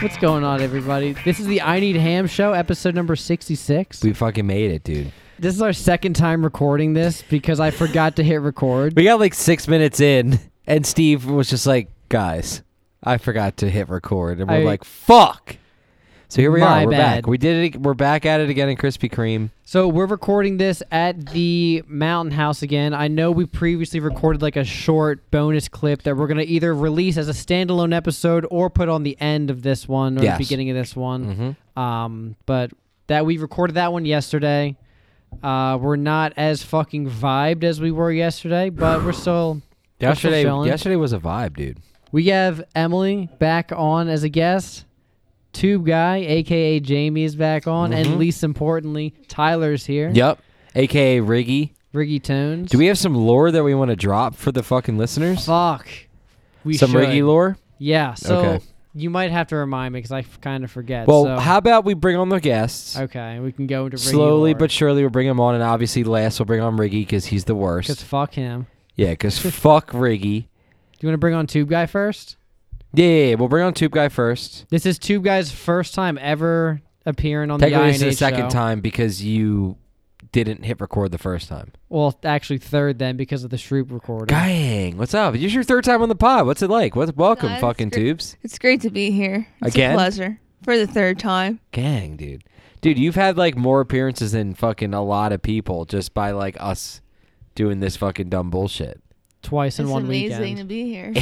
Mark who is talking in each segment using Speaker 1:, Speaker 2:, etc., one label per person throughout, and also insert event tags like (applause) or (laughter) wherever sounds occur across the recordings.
Speaker 1: What's going on, everybody? This is the I Need Ham Show, episode number 66.
Speaker 2: We fucking made it, dude.
Speaker 1: This is our second time recording this because I forgot to hit record.
Speaker 2: We got like six minutes in, and Steve was just like, guys, I forgot to hit record. And we're
Speaker 1: I-
Speaker 2: like, fuck. So here we
Speaker 1: My
Speaker 2: are. We're
Speaker 1: bad.
Speaker 2: back. We did it. We're back at it again in Krispy Kreme.
Speaker 1: So we're recording this at the Mountain House again. I know we previously recorded like a short bonus clip that we're going to either release as a standalone episode or put on the end of this one or
Speaker 2: Yes.
Speaker 1: the beginning of this one.
Speaker 2: Mhm.
Speaker 1: Um, but that we recorded that one yesterday. Uh, we're not as fucking vibed as we were yesterday, but we're still. we're still
Speaker 2: Yesterday,
Speaker 1: chilling.
Speaker 2: yesterday was a vibe, dude.
Speaker 1: We have Emily back on as a guest. Tube guy, aka Jamie, is back on,
Speaker 2: Mm-hmm.
Speaker 1: and least importantly, Tyler's here.
Speaker 2: Yep. AKA Riggy.
Speaker 1: Riggy Tones.
Speaker 2: Do we have some lore that we want to drop for the fucking listeners?
Speaker 1: Fuck. We
Speaker 2: some
Speaker 1: should.
Speaker 2: Riggy lore?
Speaker 1: Yeah. So
Speaker 2: Okay.
Speaker 1: you might have to remind me because I kind of forget.
Speaker 2: Well,
Speaker 1: so.
Speaker 2: how about we bring on the guests?
Speaker 1: Okay, we can go into Riggy
Speaker 2: Slowly
Speaker 1: lore.
Speaker 2: but surely, we'll bring him on, and obviously, last we'll bring on Riggy because he's the worst.
Speaker 1: Cause fuck him.
Speaker 2: yeah, because fuck Riggy.
Speaker 1: Do you want to bring on Tube Guy first?
Speaker 2: Yeah, yeah, yeah, we'll bring on Tube Guy first.
Speaker 1: This is Tube Guy's first time ever appearing on the
Speaker 2: Technically, this is the
Speaker 1: INH
Speaker 2: second
Speaker 1: show.
Speaker 2: time because you didn't hit record the first time.
Speaker 1: Well, actually third then because of the Shroop recording.
Speaker 2: Dang, what's up? It's your third time on the pod. What's it like? What's welcome,
Speaker 3: Nice.
Speaker 2: fucking
Speaker 3: Great.
Speaker 2: tubes.
Speaker 3: It's great to be here. It's
Speaker 2: Again?
Speaker 3: a pleasure for the third time.
Speaker 2: Gang, dude, dude, you've had like more appearances than fucking a lot of people just by like us doing this fucking dumb
Speaker 1: (laughs)
Speaker 2: bullshit.
Speaker 1: Twice in
Speaker 3: it's
Speaker 1: one
Speaker 3: amazing
Speaker 1: weekend.
Speaker 3: to be here.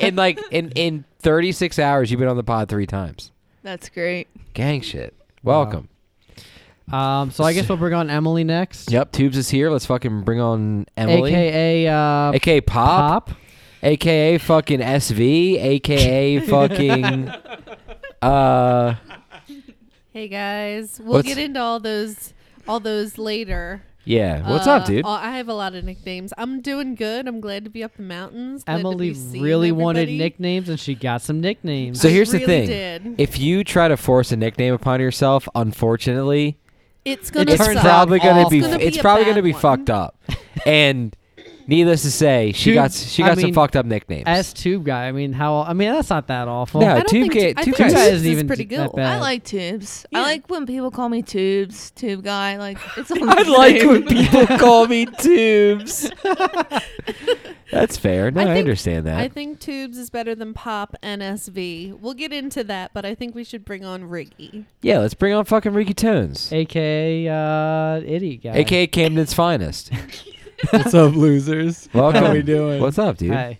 Speaker 2: in like in in 36 hours, you've been on the pod three times.
Speaker 3: That's great.
Speaker 2: Gang shit.
Speaker 1: Wow.
Speaker 2: Welcome.
Speaker 1: Um, so I guess we'll bring on Emily next.
Speaker 2: Yep, tubes is here. Let's fucking bring on Emily.
Speaker 1: AKA uh,
Speaker 2: AKA Pop.
Speaker 1: Pop.
Speaker 2: aka fucking
Speaker 1: (laughs)
Speaker 2: SV, aka fucking uh
Speaker 4: Hey guys, we'll
Speaker 2: What's-
Speaker 4: get into all those all those later.
Speaker 2: yeah. What's
Speaker 4: Uh,
Speaker 2: up, dude?
Speaker 4: all- I have a lot of nicknames. I'm doing good. I'm glad to be up the mountains. glad to
Speaker 1: Emily
Speaker 4: be seeing
Speaker 1: really wanted
Speaker 4: everybody.
Speaker 1: nicknames and she got some nicknames.
Speaker 2: So
Speaker 4: I
Speaker 2: here's the thing.
Speaker 4: really did.
Speaker 2: If you try to force a nickname upon yourself, unfortunately,
Speaker 4: It's gonna
Speaker 2: it's
Speaker 1: turns
Speaker 4: suck.
Speaker 2: probably gonna
Speaker 1: awful.
Speaker 2: be
Speaker 4: It's gonna
Speaker 2: it's
Speaker 4: be a
Speaker 2: probably
Speaker 4: bad
Speaker 2: gonna be
Speaker 4: one.
Speaker 2: fucked
Speaker 4: (laughs)
Speaker 2: up. and needless to say, she
Speaker 1: Dude,
Speaker 2: got she
Speaker 1: I
Speaker 2: got some
Speaker 1: mean,
Speaker 2: fucked up nicknames.
Speaker 1: As tube guy, I mean, how? I mean, that's not that awful.
Speaker 2: No,
Speaker 4: I
Speaker 2: Uh,
Speaker 4: don't
Speaker 2: Tube
Speaker 4: think
Speaker 2: Gate-
Speaker 4: I
Speaker 2: Tube
Speaker 4: think
Speaker 2: Gate
Speaker 1: (laughs)
Speaker 4: Tubes
Speaker 1: isn't even
Speaker 4: is pretty
Speaker 1: that
Speaker 4: good.
Speaker 1: bad.
Speaker 4: I
Speaker 3: I like tubes. I
Speaker 4: Yeah.
Speaker 3: like when people call me tubes, tube guy. Like it's all
Speaker 2: I
Speaker 3: the
Speaker 2: like
Speaker 3: same.
Speaker 4: (laughs)
Speaker 2: when people call me tubes. That's fair. No, I,
Speaker 4: I think-
Speaker 2: understand that.
Speaker 4: I think tubes is better than pop and SV. We'll get into that, but I think we should bring on Riggy.
Speaker 2: yeah, let's bring on fucking Ricky Tones.
Speaker 1: AKA uh, idiot guy.
Speaker 2: AKA Camden's finest.
Speaker 5: What's up, losers?
Speaker 2: Welcome. (laughs)
Speaker 5: How we doing?
Speaker 2: What's up, dude?
Speaker 1: Hi.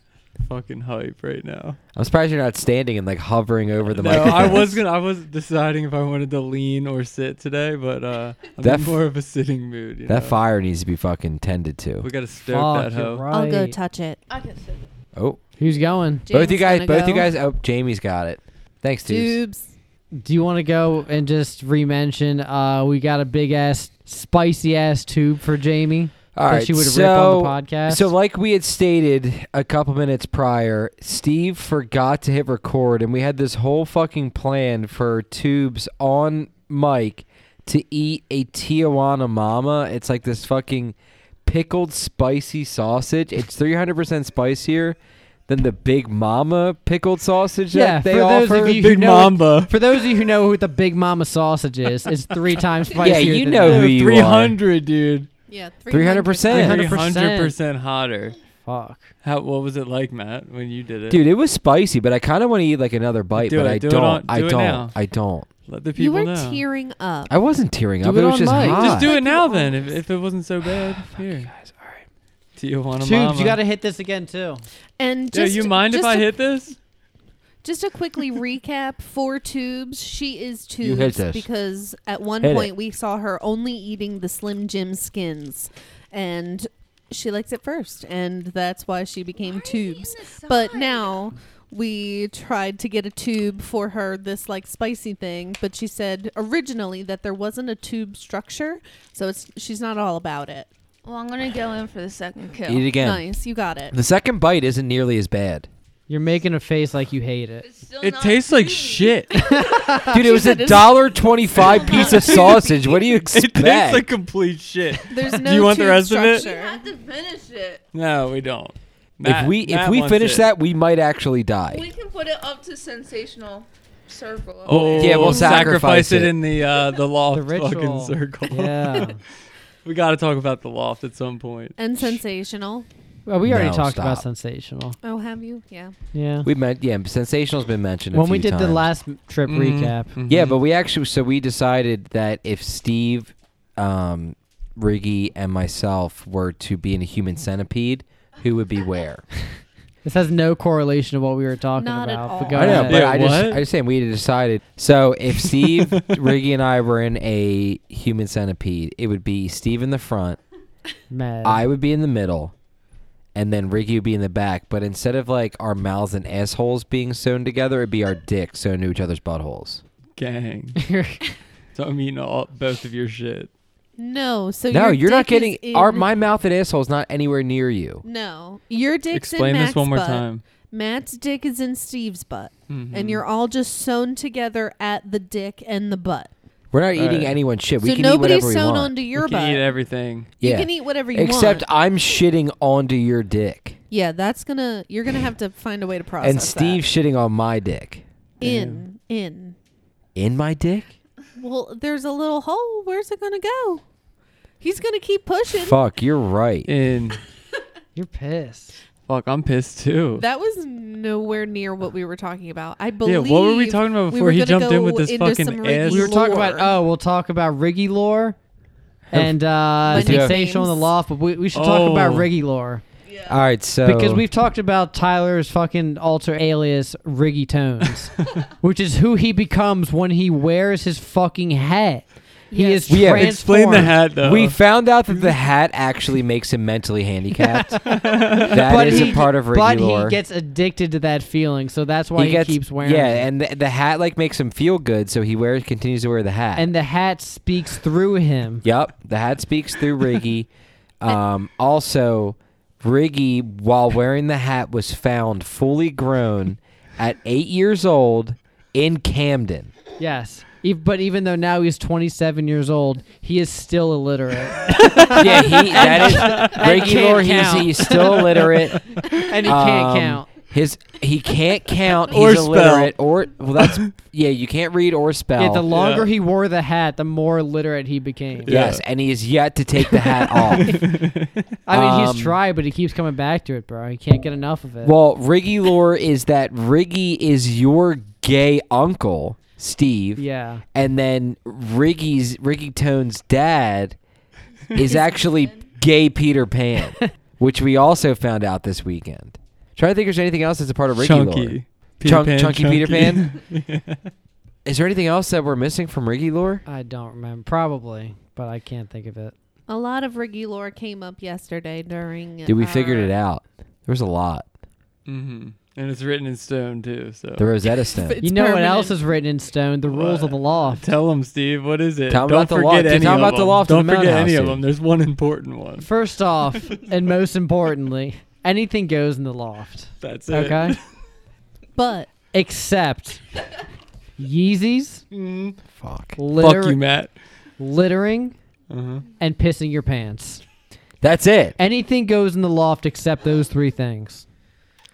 Speaker 5: fucking hype right now?
Speaker 2: I'm surprised you're not standing and like hovering over the
Speaker 5: no,
Speaker 2: microphone.
Speaker 5: I was gonna. I was deciding if I wanted to lean or sit today, but uh, I'm
Speaker 2: That
Speaker 5: in
Speaker 2: f-
Speaker 5: more of a sitting mood. You
Speaker 2: (laughs) That
Speaker 5: know?
Speaker 2: fire needs to be fucking tended to.
Speaker 5: We gotta stoke
Speaker 1: Fuck,
Speaker 5: that
Speaker 1: you're
Speaker 5: hoe.
Speaker 1: right.
Speaker 4: I'll go touch it.
Speaker 2: Oh,
Speaker 1: Who's going?
Speaker 2: both you guys, both you guys. Oh, Jamie's got it. Thanks, dude.
Speaker 4: Tubes.
Speaker 1: Do you want to go and just re-mention? Uh, we got a big ass, spicy ass tube for Jamie
Speaker 2: All
Speaker 1: that
Speaker 2: right,
Speaker 1: she would
Speaker 2: so
Speaker 1: rip on the podcast.
Speaker 2: so like we had stated a couple minutes prior, Steve forgot to hit record, and we had this whole fucking plan for Tubes on mic to eat a Tijuana Mama. It's like this fucking pickled spicy sausage. It's 300% spicier than the Big Mama pickled sausage
Speaker 1: yeah,
Speaker 2: that they
Speaker 1: for those
Speaker 2: offer.
Speaker 1: of you who
Speaker 5: Big
Speaker 1: know,
Speaker 5: Mamba.
Speaker 1: for those of you who know who the Big Mama sausage is, it's three times spicier.
Speaker 2: Yeah, you
Speaker 1: than
Speaker 2: know
Speaker 1: that.
Speaker 2: who you
Speaker 5: Three hundred, dude.
Speaker 4: Yeah,
Speaker 2: 300%.
Speaker 1: 300%.
Speaker 5: Three hundred percent hotter.
Speaker 1: Fuck.
Speaker 5: How? What was it like, Matt, when you did it?
Speaker 2: Dude, it was spicy, but I kind of want to eat like another bite,
Speaker 5: Do
Speaker 2: but
Speaker 5: it,
Speaker 2: I
Speaker 5: do it
Speaker 2: not
Speaker 5: on-
Speaker 2: I
Speaker 5: do it
Speaker 2: don't.
Speaker 5: now.
Speaker 2: I don't.
Speaker 5: Let the
Speaker 4: You
Speaker 5: people
Speaker 4: were
Speaker 5: know.
Speaker 4: tearing up.
Speaker 2: I wasn't tearing
Speaker 1: Do
Speaker 2: up.
Speaker 1: it
Speaker 2: It, was
Speaker 1: on
Speaker 2: just
Speaker 1: mic.
Speaker 2: hot.
Speaker 5: Just do it now,
Speaker 4: Like,
Speaker 5: then. If, if it wasn't so bad. Here,
Speaker 2: Guys, all right.
Speaker 5: Tijuana
Speaker 1: Tubes, you
Speaker 5: Mama.
Speaker 1: got to hit this again too.
Speaker 4: And
Speaker 5: Yo,
Speaker 4: just,
Speaker 5: you mind if
Speaker 4: just
Speaker 5: I
Speaker 4: a-
Speaker 5: hit this?
Speaker 4: Just to quickly recap, for tubes, she is tubes
Speaker 2: You hit this.
Speaker 4: because at one
Speaker 2: Hit it.
Speaker 4: point we saw her only eating the Slim Jim skins, and she likes it first, and that's why she became tubes. But now we tried to get a tube for her this like spicy thing, but she said originally that there wasn't a tube structure, so it's she's not all about it.
Speaker 3: Well, I'm gonna go in for the second kill.
Speaker 2: Eat it again.
Speaker 4: Nice, you got it. (laughs)
Speaker 2: The second bite isn't nearly as bad.
Speaker 1: You're making a face like you hate
Speaker 2: (laughs)
Speaker 1: it.
Speaker 3: It's still
Speaker 5: It
Speaker 3: not
Speaker 5: tastes like
Speaker 3: cheese.
Speaker 5: shit.
Speaker 2: Dude, it was a
Speaker 4: said it's-
Speaker 2: dollar
Speaker 4: (laughs)
Speaker 2: twenty-five piece of sausage. What do you
Speaker 5: it
Speaker 2: expect?
Speaker 5: tastes like complete shit.
Speaker 4: There's no.
Speaker 5: Do you want the
Speaker 4: tube
Speaker 5: rest of it?
Speaker 3: You
Speaker 4: structure.
Speaker 3: have to finish it.
Speaker 5: (laughs) No, we don't.
Speaker 2: if we if we finish that, we might actually
Speaker 3: We
Speaker 2: die.
Speaker 3: can put it up to sensational circle. up
Speaker 5: oh
Speaker 3: there.
Speaker 2: Yeah, we'll
Speaker 5: sacrifice
Speaker 2: sacrifice it.
Speaker 5: it in the uh, (laughs) the loft
Speaker 1: The
Speaker 5: fucking
Speaker 1: ritual.
Speaker 5: circle.
Speaker 1: Yeah.
Speaker 5: (laughs) we got to talk about the loft at some point.
Speaker 4: And sensational.
Speaker 1: well, we already
Speaker 2: No,
Speaker 1: talked about
Speaker 2: stop.
Speaker 1: sensational.
Speaker 4: Oh, have you? Yeah.
Speaker 1: Yeah.
Speaker 2: We meant yeah. Sensational's been mentioned. A
Speaker 1: when we
Speaker 2: few
Speaker 1: did the
Speaker 2: times.
Speaker 1: last m- trip
Speaker 2: Mm-hmm.
Speaker 1: recap,
Speaker 5: Mm-hmm.
Speaker 2: Yeah, but we actually so we decided that if Steve, um, Riggy, and myself were to be in a human centipede, who would be where?
Speaker 1: this has no correlation to what we were talking
Speaker 4: Not at
Speaker 1: about.
Speaker 4: all.
Speaker 1: But go
Speaker 2: I know,
Speaker 1: ahead.
Speaker 2: but
Speaker 5: Yeah,
Speaker 2: I just
Speaker 5: what?
Speaker 2: I just saying we decided. So if Steve, (laughs) Riggy, and I were in a human centipede, it would be Steve in the front,
Speaker 1: Mad.
Speaker 2: I would be in the middle, and then Riggy would be in the back. But instead of like our mouths and assholes being sewn together, it'd be our dicks sewn to each other's buttholes.
Speaker 5: gang.
Speaker 1: You're-
Speaker 5: So I'm eating all both of your shit.
Speaker 4: No. So
Speaker 2: no,
Speaker 4: your
Speaker 2: you're not
Speaker 4: dick is
Speaker 2: getting
Speaker 4: in-
Speaker 2: our my mouth and asshole's not anywhere near you.
Speaker 4: No, your dick's
Speaker 5: Explain
Speaker 4: in Matt's
Speaker 5: this one more
Speaker 4: butt.
Speaker 5: time.
Speaker 4: Matt's dick is in Steve's butt,
Speaker 5: Mhm.
Speaker 2: Hmm.
Speaker 4: and you're all just sewn together at the dick and the butt.
Speaker 2: We're not eating
Speaker 5: Right.
Speaker 2: anyone's shit. We
Speaker 4: so
Speaker 2: can eat
Speaker 4: nobody's
Speaker 2: whatever we
Speaker 4: sewn
Speaker 2: want.
Speaker 4: onto your
Speaker 5: we can
Speaker 4: butt.
Speaker 5: eat everything.
Speaker 4: you
Speaker 2: yeah.
Speaker 4: can eat whatever you
Speaker 2: Except
Speaker 4: want.
Speaker 2: I'm shitting onto your dick.
Speaker 4: yeah, that's gonna. You're gonna have to find a way to process.
Speaker 2: and Steve shitting on my dick.
Speaker 4: that. in in.
Speaker 2: In my dick?
Speaker 4: Well, there's a little hole. Where's it gonna go? He's gonna keep pushing.
Speaker 2: Fuck, you're right.
Speaker 5: And
Speaker 1: You're pissed.
Speaker 5: fuck, I'm pissed too.
Speaker 4: That was nowhere near what we were talking about. I
Speaker 5: yeah,
Speaker 4: believe.
Speaker 5: what were we talking about
Speaker 4: we
Speaker 5: before
Speaker 4: were
Speaker 5: he
Speaker 4: gonna
Speaker 5: jumped in with
Speaker 4: go
Speaker 5: this
Speaker 4: into
Speaker 5: fucking
Speaker 4: some
Speaker 5: ass?
Speaker 4: Riggy
Speaker 1: We were talking about
Speaker 4: Lore.
Speaker 1: oh, we'll talk about Riggy lore and uh,
Speaker 4: My
Speaker 1: sensational in the
Speaker 4: nicknames.
Speaker 1: loft, but we, we should talk about
Speaker 5: Oh.
Speaker 1: Riggy lore
Speaker 2: All right, so
Speaker 1: because we've talked about Tyler's fucking alter alias Riggy
Speaker 2: (laughs)
Speaker 1: Tones, which is who he becomes when he wears his fucking hat. He
Speaker 4: Yes.
Speaker 1: is
Speaker 2: Yeah,
Speaker 1: transformed.
Speaker 5: Explain the hat though. (laughs)
Speaker 2: we found out that the hat actually makes him
Speaker 1: (laughs)
Speaker 2: mentally handicapped. that
Speaker 1: But
Speaker 2: is
Speaker 1: he-
Speaker 2: a part of Ricky
Speaker 1: But
Speaker 2: lore.
Speaker 1: he gets addicted to that feeling, so that's why he,
Speaker 2: gets-
Speaker 1: keeps wearing
Speaker 2: Yeah,
Speaker 1: it.
Speaker 2: and the, the hat like makes him feel good, so he wears continues to wear the hat.
Speaker 1: and the hat speaks through him.
Speaker 2: Yep, the hat speaks through
Speaker 1: (laughs)
Speaker 2: Riggy. Um, also, Riggy, while wearing the hat, was found fully grown at eight years old in
Speaker 1: (laughs)
Speaker 2: Camden.
Speaker 1: Yes. E- But even though now he's 27 years old, he is still illiterate,
Speaker 2: (laughs) Yeah,
Speaker 1: (laughs)
Speaker 2: he that is Riggy
Speaker 1: can't
Speaker 2: lore. He's,
Speaker 1: count.
Speaker 2: he's still illiterate.
Speaker 1: (laughs) and he can't
Speaker 2: Um,
Speaker 1: count.
Speaker 2: His he
Speaker 1: (laughs)
Speaker 2: can't count. He's
Speaker 5: Or
Speaker 2: illiterate. Or well, that's yeah. You can't read or spell.
Speaker 1: Yeah, the longer
Speaker 5: Yeah.
Speaker 1: he wore the hat, the more illiterate he became.
Speaker 5: Yeah.
Speaker 2: Yes, and he is yet to take
Speaker 1: (laughs)
Speaker 2: the hat off.
Speaker 1: I mean,
Speaker 2: Um,
Speaker 1: he's tried, but he keeps coming back to it, bro. He can't get enough of it.
Speaker 2: Well, Riggy lore is that Riggy is your gay uncle, Steve.
Speaker 1: yeah.
Speaker 2: and then Riggy's Riggy Tone's
Speaker 1: (laughs)
Speaker 2: dad is actually gay Peter Pan, which we also found out this weekend. Trying to think, if there's anything else that's a part of Riggy
Speaker 5: chunky.
Speaker 2: lore?
Speaker 5: Peter
Speaker 2: Chunk-
Speaker 5: Pan,
Speaker 2: chunky Peter
Speaker 5: (laughs) chunky.
Speaker 2: Is there anything else that we're missing from Riggy lore?
Speaker 1: I don't remember. Probably, but I can't think of it.
Speaker 4: A lot of Riggy lore came up yesterday during. uh,
Speaker 2: Dude, we figured
Speaker 4: our-
Speaker 2: it
Speaker 5: Uh,
Speaker 2: out. There was a lot.
Speaker 5: hmm And it's written in stone too. So
Speaker 2: The
Speaker 5: (laughs)
Speaker 2: Rosetta Stone.
Speaker 4: It's
Speaker 1: you know what
Speaker 4: permanent.
Speaker 1: else is written in stone? The rules of the loft.
Speaker 5: tell them, Steve. What is it?
Speaker 2: Tell 'em
Speaker 5: Don't
Speaker 2: about the
Speaker 5: forget
Speaker 2: loft.
Speaker 5: any
Speaker 2: Tell 'em
Speaker 5: of
Speaker 2: about the
Speaker 5: them.
Speaker 2: loft in
Speaker 5: Don't
Speaker 2: the
Speaker 5: forget
Speaker 2: Mountain
Speaker 5: any
Speaker 2: House,
Speaker 5: of them.
Speaker 2: dude.
Speaker 5: There's one important one.
Speaker 1: First
Speaker 4: (laughs)
Speaker 1: off, and most importantly, anything goes in the loft.
Speaker 5: That's it.
Speaker 1: Okay?
Speaker 4: But
Speaker 1: Except Yeezys,
Speaker 5: Mm.
Speaker 2: Fuck.
Speaker 1: litter-
Speaker 5: Fuck you, Matt.
Speaker 1: littering,
Speaker 5: Uh-huh.
Speaker 1: and pissing your pants.
Speaker 2: That's it.
Speaker 1: Anything goes in the loft except those three things.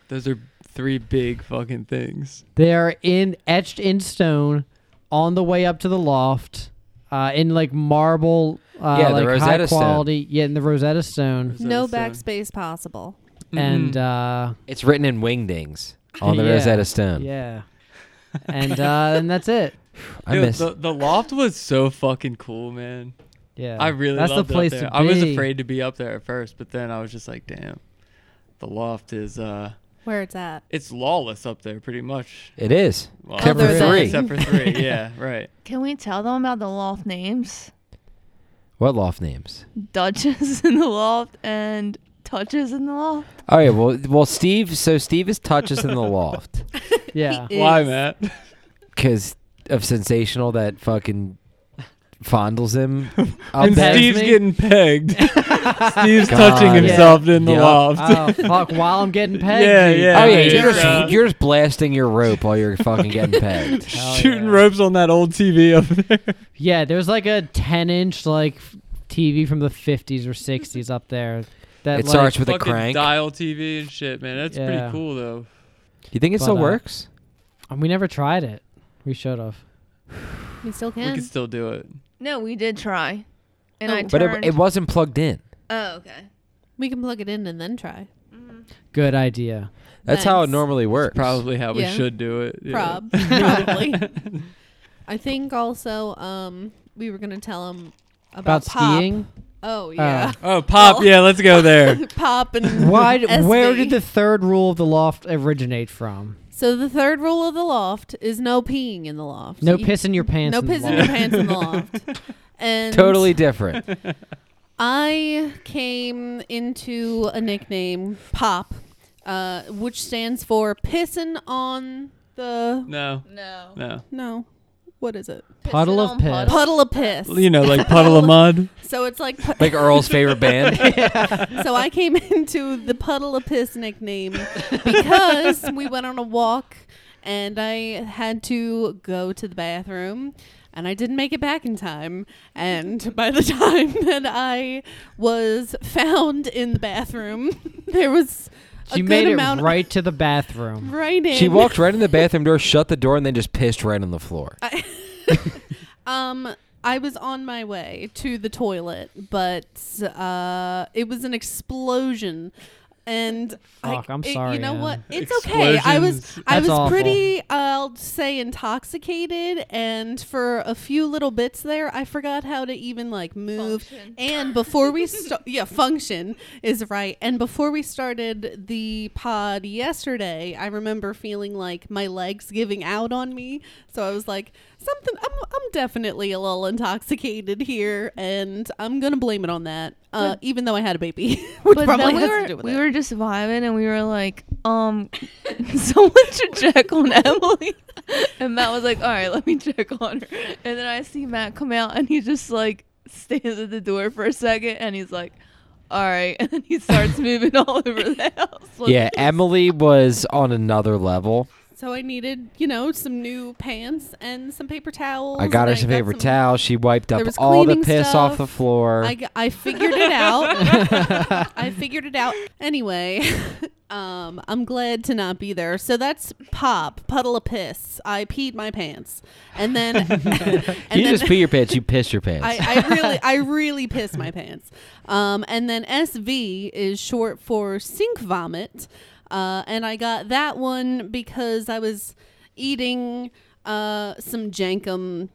Speaker 5: Those are three big fucking things.
Speaker 1: They are in etched in stone on the way up to the loft, uh, in like marble, uh,
Speaker 2: Yeah, the
Speaker 1: like high
Speaker 2: Rosetta Stone.
Speaker 1: quality. Yeah, in the Rosetta Stone,
Speaker 5: Is that
Speaker 4: no
Speaker 5: the same?
Speaker 4: backspace possible.
Speaker 1: and uh,
Speaker 2: It's written in wingdings on the
Speaker 1: Yeah.
Speaker 2: Rosetta Stone.
Speaker 1: yeah, and uh, and that's it.
Speaker 2: I
Speaker 5: Dude,
Speaker 2: miss.
Speaker 5: the, the loft was so fucking cool, man.
Speaker 1: Yeah,
Speaker 5: I really
Speaker 1: that's
Speaker 5: loved
Speaker 1: the place
Speaker 5: it up
Speaker 1: to
Speaker 5: there.
Speaker 1: be.
Speaker 5: I was afraid to be up there at first, but then I was just like, damn, the loft is uh,
Speaker 4: Where it's at.
Speaker 5: it's lawless up there, pretty much.
Speaker 2: it is.
Speaker 5: Well,
Speaker 2: Except for
Speaker 4: Other than-
Speaker 2: three.
Speaker 5: Except for three,
Speaker 2: (laughs)
Speaker 5: yeah, right.
Speaker 3: Can we tell them about the loft names?
Speaker 2: What loft names?
Speaker 3: Duchess in the loft and Touches in the loft.
Speaker 2: All right. Well, (laughs) well, Steve. So Steve is touches
Speaker 5: (laughs)
Speaker 2: in the loft
Speaker 1: (laughs) Yeah,
Speaker 4: He
Speaker 5: Why,
Speaker 4: is-
Speaker 5: Matt?
Speaker 2: because of sensational that fucking fondles
Speaker 5: (laughs)
Speaker 2: him. I'll
Speaker 5: and
Speaker 2: bet-
Speaker 5: Steve's
Speaker 1: me?
Speaker 5: getting (laughs) pegged. Steve's touching
Speaker 2: God.
Speaker 5: himself in the
Speaker 2: Yup.
Speaker 5: loft. (laughs)
Speaker 1: Oh fuck! While I'm getting pegged.
Speaker 5: Yeah,
Speaker 1: dude.
Speaker 5: yeah,
Speaker 2: Oh yeah,
Speaker 5: yeah,
Speaker 2: you're
Speaker 5: yeah.
Speaker 2: just, you're just blasting your rope while you're fucking
Speaker 5: (laughs)
Speaker 2: getting pegged.
Speaker 1: Hell
Speaker 5: Shooting
Speaker 1: yeah.
Speaker 5: ropes on that old TV up there.
Speaker 1: Yeah, there was like a 10 inch like f- TV from the 50s or 60s up there. That
Speaker 2: It
Speaker 1: like,
Speaker 2: starts with a
Speaker 5: Fucking
Speaker 2: crank.
Speaker 5: dial TV and shit, man. That's
Speaker 1: Yeah.
Speaker 5: pretty cool though.
Speaker 2: You think it
Speaker 1: But,
Speaker 2: still
Speaker 1: uh,
Speaker 2: works?
Speaker 1: and we never tried it. We should have.
Speaker 4: We still
Speaker 5: We
Speaker 4: can.
Speaker 5: could still do it.
Speaker 3: No, we did try, and
Speaker 4: Oh.
Speaker 3: I turned.
Speaker 2: But it, it wasn't plugged in.
Speaker 3: oh, okay.
Speaker 4: We can plug it in and then try.
Speaker 1: Good idea.
Speaker 2: That's how it
Speaker 4: Thanks.
Speaker 2: normally works.
Speaker 5: Probably how
Speaker 4: Yeah.
Speaker 5: we should do it. yeah. (laughs)
Speaker 4: Prob- probably. I think also um we were gonna tell him
Speaker 1: About
Speaker 4: about, pop.
Speaker 1: skiing? Uh,
Speaker 4: Oh yeah,
Speaker 5: Oh, pop!
Speaker 4: Well-
Speaker 5: Yeah, let's go (laughs) there.
Speaker 4: (laughs) pop and
Speaker 1: (laughs)
Speaker 4: (laughs)
Speaker 1: Why? d- Where
Speaker 4: SV.
Speaker 1: did the third rule of the loft originate from?
Speaker 4: So the third rule of the loft is no peeing in the loft.
Speaker 1: No
Speaker 4: You-
Speaker 1: piss in your pants.
Speaker 4: No
Speaker 1: in the
Speaker 4: pissing your
Speaker 1: loft.
Speaker 4: pants in the
Speaker 1: (laughs)
Speaker 4: loft. And
Speaker 2: Totally different.
Speaker 4: I came into a nickname Pop, uh, which stands for pissing on the
Speaker 5: no,
Speaker 3: No.
Speaker 5: no.
Speaker 4: no. What is it?
Speaker 1: Puddle of piss.
Speaker 4: Puddle of piss.
Speaker 5: You know, like puddle of (laughs) mud.
Speaker 4: So it's like pu-
Speaker 2: like Earl's favorite
Speaker 4: (laughs)
Speaker 2: band.
Speaker 4: so I came (laughs) into the puddle of piss nickname because we went on a walk and I had to go to the bathroom and I didn't make it back in time. And by the (laughs) time that I was found in the bathroom, (laughs) there was a
Speaker 1: She
Speaker 4: good
Speaker 1: made it
Speaker 4: amount
Speaker 1: right to the
Speaker 4: (laughs)
Speaker 1: bathroom.
Speaker 4: right in.
Speaker 2: she walked right in the bathroom door, shut the door, and then just pissed right on the floor.
Speaker 4: Uh, Um, I was on my way to the toilet, but uh, it was an explosion. And
Speaker 1: Fuck,
Speaker 4: I,
Speaker 1: I'm
Speaker 4: it-
Speaker 1: sorry,
Speaker 4: You know what?
Speaker 1: Ann.
Speaker 4: It's okay. I was
Speaker 5: Explosions.
Speaker 4: I
Speaker 1: That's
Speaker 4: was
Speaker 1: awful.
Speaker 4: pretty, I'll say, intoxicated, and for a few little bits there, I forgot how to even like move.
Speaker 3: Function.
Speaker 4: And
Speaker 3: (laughs)
Speaker 4: before we st- yeah, function is right. And before we started the pod yesterday, I remember feeling like my legs giving out on me. So I was like, something. I'm I'm definitely a little intoxicated here, and I'm gonna blame it on that. Uh, even though I had a baby, (laughs) which
Speaker 3: But
Speaker 4: probably
Speaker 3: then we
Speaker 4: has
Speaker 3: were
Speaker 4: to do with
Speaker 3: we
Speaker 4: it.
Speaker 3: were just vibing, and we were like, um, (laughs) someone should check on (laughs) Emily. And Matt was like, all right, let me check on her. And then I see Matt come out, and he just like stands at the door for a second, and he's like, all right, (laughs) and then he starts moving all over the house. Like,
Speaker 2: Yeah, Emily was on another level.
Speaker 4: So I needed, you know, some new pants and some paper towels.
Speaker 2: I got her
Speaker 4: and
Speaker 2: some paper
Speaker 4: Oh, some-
Speaker 2: towels. She wiped up
Speaker 4: There was
Speaker 2: all the
Speaker 4: cleaning
Speaker 2: piss
Speaker 4: stuff.
Speaker 2: off the floor.
Speaker 4: I, g- I figured
Speaker 2: (laughs)
Speaker 4: it out. I figured it out. Anyway, (laughs) um, I'm glad to not be there. So that's pop, puddle of piss. I peed my pants, and then (laughs) and
Speaker 2: you
Speaker 4: then
Speaker 2: just pee your pants. You piss your pants.
Speaker 4: (laughs) I, I really I really pissed my pants. Um, and then SV is short for sink vomit, uh, and I got that one because I was eating uh, some jankum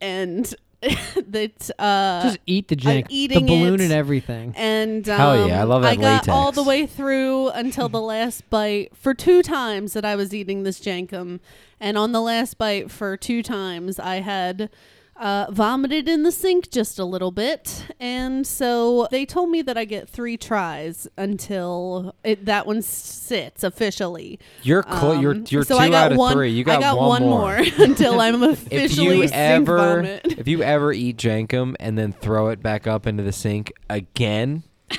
Speaker 4: and (laughs) that uh,
Speaker 1: Just eat the jank, the
Speaker 4: eating
Speaker 1: balloon,
Speaker 4: it.
Speaker 1: and everything.
Speaker 4: and um,
Speaker 2: Hell yeah, I love that
Speaker 4: I got
Speaker 2: latex.
Speaker 4: all the way through until the last bite for two times that I was eating this jankum, and on the last bite for two times I had uh, vomited in the sink just a little bit, and so they told me that I get three tries until it, that one sits officially.
Speaker 2: you're clo- you're
Speaker 4: Um,
Speaker 2: you're
Speaker 4: so
Speaker 2: two
Speaker 4: I got
Speaker 2: out of
Speaker 4: one,
Speaker 2: three. You
Speaker 4: I
Speaker 2: got,
Speaker 4: got one, more, (laughs) until
Speaker 2: (laughs)
Speaker 4: I'm
Speaker 2: If
Speaker 4: officially (laughs)
Speaker 2: you
Speaker 4: sink
Speaker 2: ever
Speaker 4: vomit.
Speaker 2: (laughs) if you ever eat jankum and then throw it back up into the sink again,
Speaker 4: (laughs)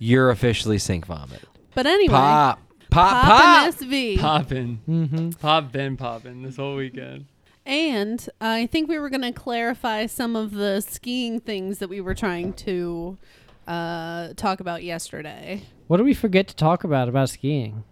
Speaker 2: you're officially sink vomit.
Speaker 4: But anyway,
Speaker 2: Pop, pop,
Speaker 4: pop,
Speaker 2: pop.
Speaker 4: and SV.
Speaker 5: Popping,
Speaker 1: Mm-hmm.
Speaker 5: pop been popping this whole weekend.
Speaker 4: And I think we were going to clarify some of the skiing things that we were trying to uh, talk about yesterday.
Speaker 1: What did we forget to talk about about skiing?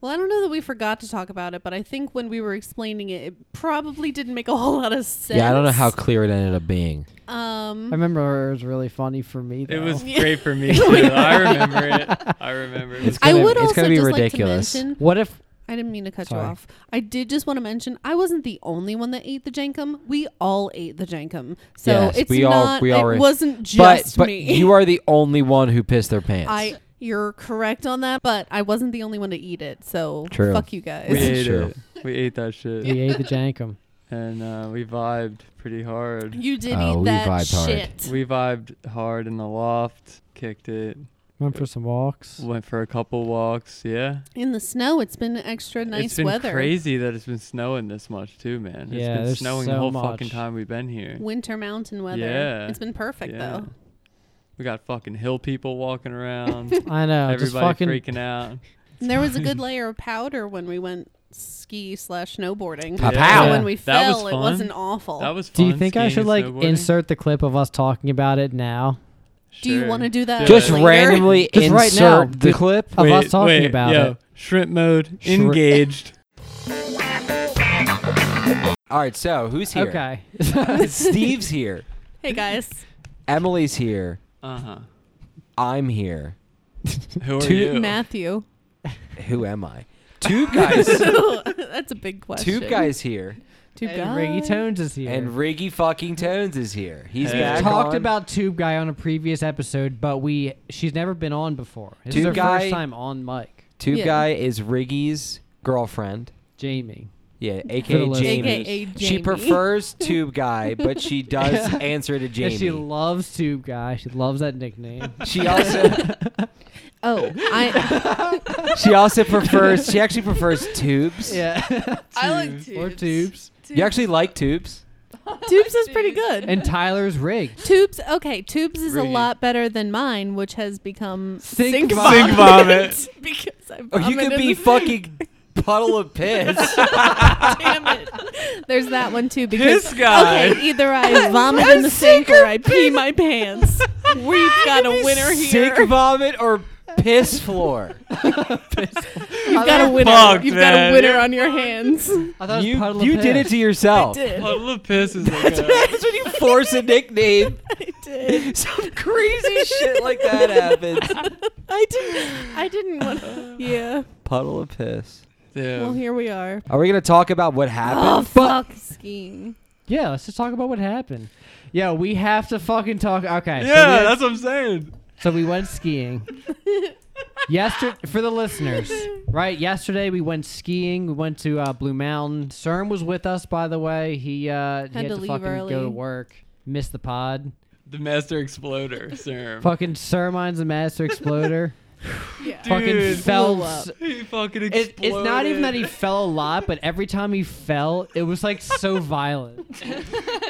Speaker 4: Well, I don't know that we forgot to talk about it, but I think when we were explaining it, it probably didn't make a whole lot of sense.
Speaker 2: Yeah, I don't know how clear it ended up being.
Speaker 1: I
Speaker 4: Um,
Speaker 1: remember it was really funny for me. Though.
Speaker 5: It was
Speaker 4: Yeah.
Speaker 5: great for (laughs) me. Too. I remember it. I remember it.
Speaker 2: It's
Speaker 4: I
Speaker 2: gonna-
Speaker 4: would
Speaker 2: it's
Speaker 4: also
Speaker 2: gonna be
Speaker 4: just
Speaker 2: ridiculous.
Speaker 4: like to mention.
Speaker 1: What if?
Speaker 4: I didn't mean to cut
Speaker 1: Sorry.
Speaker 4: you off. I did just want to mention I wasn't the only one that ate the jankum. We all ate the jankum, so
Speaker 2: Yes,
Speaker 4: it's
Speaker 2: we all-
Speaker 4: not.
Speaker 2: we all
Speaker 4: it
Speaker 2: ate-
Speaker 4: wasn't just
Speaker 2: but but
Speaker 4: me.
Speaker 2: you are the only one who pissed their pants.
Speaker 4: I you're correct on that, but I wasn't the only one to eat it, so
Speaker 2: True.
Speaker 4: fuck you guys.
Speaker 5: we
Speaker 2: It's
Speaker 5: ate
Speaker 2: true.
Speaker 5: it. We ate that shit,
Speaker 4: (laughs)
Speaker 1: We ate the jankum.
Speaker 5: and uh, we vibed pretty hard.
Speaker 4: You did
Speaker 2: Oh,
Speaker 4: eat
Speaker 2: we
Speaker 4: that
Speaker 2: vibed hard.
Speaker 4: shit.
Speaker 5: We vibed hard in the loft, kicked it.
Speaker 1: Went for some walks.
Speaker 5: Went for a couple walks. Yeah.
Speaker 4: In the snow, it's been extra nice
Speaker 5: it's been
Speaker 4: weather.
Speaker 5: crazy that it's been snowing this much too, man.
Speaker 1: Yeah,
Speaker 5: it's been
Speaker 1: there's
Speaker 5: snowing the
Speaker 1: so
Speaker 5: whole fucking
Speaker 1: much.
Speaker 5: time we've been here.
Speaker 4: Winter mountain weather.
Speaker 5: Yeah.
Speaker 4: It's been perfect
Speaker 5: Yeah.
Speaker 4: though.
Speaker 5: We got fucking hill people walking
Speaker 4: (laughs)
Speaker 5: around.
Speaker 1: I know. just
Speaker 5: Everybody
Speaker 1: fucking.
Speaker 5: freaking out.
Speaker 4: And there was a good layer of powder when we went ski slash snowboarding.
Speaker 2: Pow,
Speaker 4: So
Speaker 2: pow.
Speaker 4: when we
Speaker 5: That was
Speaker 4: fell, it
Speaker 5: fun.
Speaker 4: wasn't awful.
Speaker 5: That was.
Speaker 1: Do you
Speaker 5: fun,
Speaker 1: think I
Speaker 5: skiing
Speaker 1: should
Speaker 5: and
Speaker 1: like
Speaker 5: snowboarding.
Speaker 1: insert the clip of us talking about it now?
Speaker 4: Do you
Speaker 5: Sure.
Speaker 4: wanna do that?
Speaker 2: Just
Speaker 4: Later.
Speaker 5: (laughs)
Speaker 2: randomly
Speaker 1: Just
Speaker 2: insert
Speaker 1: right now,
Speaker 2: the
Speaker 1: dude.
Speaker 2: clip.
Speaker 1: Of us talking about
Speaker 5: yo,
Speaker 1: it.
Speaker 5: Shrimp mode
Speaker 1: Shrimp-
Speaker 5: (laughs) engaged.
Speaker 2: All right, so who's here?
Speaker 4: (laughs)
Speaker 1: Okay. (laughs)
Speaker 2: (laughs) Steve's here.
Speaker 4: Hey guys.
Speaker 2: Emily's here.
Speaker 5: Uh huh.
Speaker 2: I'm here.
Speaker 5: Who are
Speaker 2: Two-
Speaker 5: you?
Speaker 4: Matthew.
Speaker 2: Who am I?
Speaker 3: (laughs)
Speaker 2: Two guys.
Speaker 4: (laughs) That's a big question.
Speaker 2: two guys here.
Speaker 4: Two
Speaker 1: and
Speaker 4: guys.
Speaker 1: Riggy Tones is here.
Speaker 2: And Riggy fucking Tones is here. He's
Speaker 5: Hey.
Speaker 2: back
Speaker 1: talked
Speaker 2: on.
Speaker 1: about Tube Guy on a previous episode, but we she's never been on before. This
Speaker 2: Tube
Speaker 1: is her
Speaker 2: Guy-
Speaker 1: first time on mic.
Speaker 2: Tube
Speaker 4: Yeah.
Speaker 2: Guy is Riggy's girlfriend.
Speaker 1: Jamie.
Speaker 2: Yeah,
Speaker 1: the
Speaker 2: aka
Speaker 1: listeners.
Speaker 2: Jamie.
Speaker 4: AKA Jamie.
Speaker 2: She prefers Tube Guy, but she does answer to
Speaker 1: And
Speaker 2: Jamie.
Speaker 1: she loves Tube Guy. She loves that nickname.
Speaker 2: she also
Speaker 4: Oh, (laughs) I
Speaker 2: she also prefers she actually prefers tubes.
Speaker 1: (laughs) (laughs) yeah.
Speaker 3: I like tubes.
Speaker 1: or tubes.
Speaker 2: You actually like tubes?
Speaker 4: Tubes is pretty good.
Speaker 1: And Tyler's rigged.
Speaker 4: Tubes, okay, Tubes is a
Speaker 5: Riggy.
Speaker 4: lot better than mine, which has become
Speaker 1: Sink
Speaker 5: vom- Sink vomit.
Speaker 4: (laughs) because I
Speaker 2: Or Oh, you
Speaker 4: vomited
Speaker 2: could be
Speaker 4: in-
Speaker 2: fucking puddle of
Speaker 4: (laughs)
Speaker 2: piss. (laughs)
Speaker 4: Damn it. There's that one too because
Speaker 2: This guy.
Speaker 4: okay, either
Speaker 5: (laughs)
Speaker 4: I vomit in the sink or I pee my pants. We've got a winner here.
Speaker 2: Sick vomit or piss
Speaker 4: (laughs)
Speaker 2: floor.
Speaker 4: You've got a winner.
Speaker 5: Fuck,
Speaker 4: You've got
Speaker 5: man.
Speaker 4: a winner on
Speaker 2: (laughs)
Speaker 4: your hands.
Speaker 1: I thought it was
Speaker 2: You,
Speaker 1: Puddle
Speaker 2: you
Speaker 1: of
Speaker 2: did it
Speaker 1: Piss.
Speaker 2: to yourself.
Speaker 5: Puddle of piss (laughs) is like a,
Speaker 2: That's when you force a nickname.
Speaker 4: (laughs) I
Speaker 2: (laughs)
Speaker 4: did.
Speaker 2: Some crazy shit like that happens.
Speaker 4: I didn't. (laughs) I didn't want.
Speaker 2: Uh,
Speaker 4: to. Yeah.
Speaker 2: Puddle of piss.
Speaker 5: Damn.
Speaker 4: Well, here we are.
Speaker 2: Are we gonna talk about what
Speaker 4: Oh
Speaker 2: happened?
Speaker 4: fuck skiing.
Speaker 1: Yeah, let's just talk about what happened. Yeah, we have to fucking talk. Okay. so we
Speaker 5: yeah,
Speaker 1: had-
Speaker 5: that's what I'm saying.
Speaker 1: So we went
Speaker 4: (laughs)
Speaker 1: skiing. Yesterday, for the listeners, right? Yesterday we went skiing. We went to uh, Blue Mountain. CERN was with us, by the way. He, uh, he had
Speaker 4: to
Speaker 1: to,
Speaker 4: leave
Speaker 1: fucking go
Speaker 4: early.
Speaker 1: to work. Missed the pod.
Speaker 5: The master exploder, sir.
Speaker 1: Fucking Sermine's a master exploder.
Speaker 4: Yeah.
Speaker 1: fucking
Speaker 5: (laughs) Dude.
Speaker 1: fell.
Speaker 4: Blew
Speaker 1: s-
Speaker 4: up.
Speaker 5: He fucking
Speaker 1: It,
Speaker 5: exploded.
Speaker 1: it's not even
Speaker 5: (laughs)
Speaker 1: that he fell a lot, but every time he fell, it was like
Speaker 5: (laughs)
Speaker 1: so violent.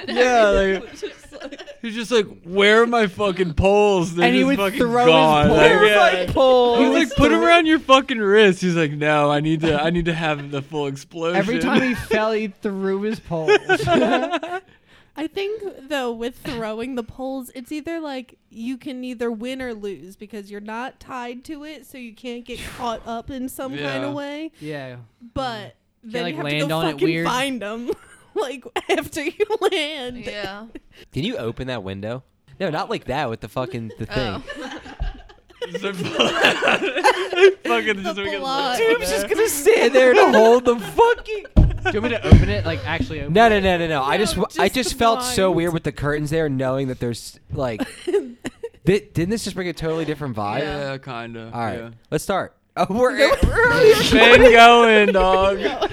Speaker 5: Yeah,
Speaker 1: (laughs)
Speaker 5: like, he's just like, where are my fucking poles? They're
Speaker 1: And he
Speaker 5: just
Speaker 1: would
Speaker 5: fucking
Speaker 1: throw his
Speaker 5: gone.
Speaker 1: poles.
Speaker 5: Like,
Speaker 1: Where are
Speaker 5: yeah.
Speaker 2: Pull.
Speaker 5: He's like, put 'em around your fucking wrist. He's like, no, I need to, I need to have the full explosion.
Speaker 1: Every
Speaker 5: (laughs)
Speaker 1: time he fell, he threw his poles.
Speaker 4: I think though with throwing the poles, it's either like you can either win or lose because you're not tied to it, so you
Speaker 1: (sighs)
Speaker 4: can't get caught up in some kind
Speaker 5: Yeah.
Speaker 4: of way.
Speaker 1: yeah.
Speaker 4: But then
Speaker 1: like,
Speaker 4: you have to
Speaker 1: land
Speaker 4: go
Speaker 1: on it
Speaker 4: fucking
Speaker 1: weird.
Speaker 4: find them, (laughs) like after you land.
Speaker 3: Yeah.
Speaker 2: Can you open that window? No, not like that with the fucking
Speaker 4: Oh.
Speaker 2: the thing.
Speaker 5: (laughs) fucking just
Speaker 4: The
Speaker 5: fucking
Speaker 4: blood.
Speaker 5: look.
Speaker 2: Tube's just gonna stand there to hold the fucking.
Speaker 1: Do you want me to open it? Like, actually open
Speaker 2: No,
Speaker 1: it?
Speaker 2: no, no, no, no. I
Speaker 4: No,
Speaker 2: just, I
Speaker 4: just the
Speaker 2: just felt so
Speaker 4: blind.
Speaker 2: weird with the curtains there, knowing that there's like, Thi- didn't this just bring a totally different vibe?
Speaker 5: Yeah, kind of.
Speaker 2: All right,
Speaker 5: Yeah.
Speaker 2: let's start. (laughs) Oh, we're, we're
Speaker 5: Been
Speaker 2: (laughs)
Speaker 5: going, dog. yeah,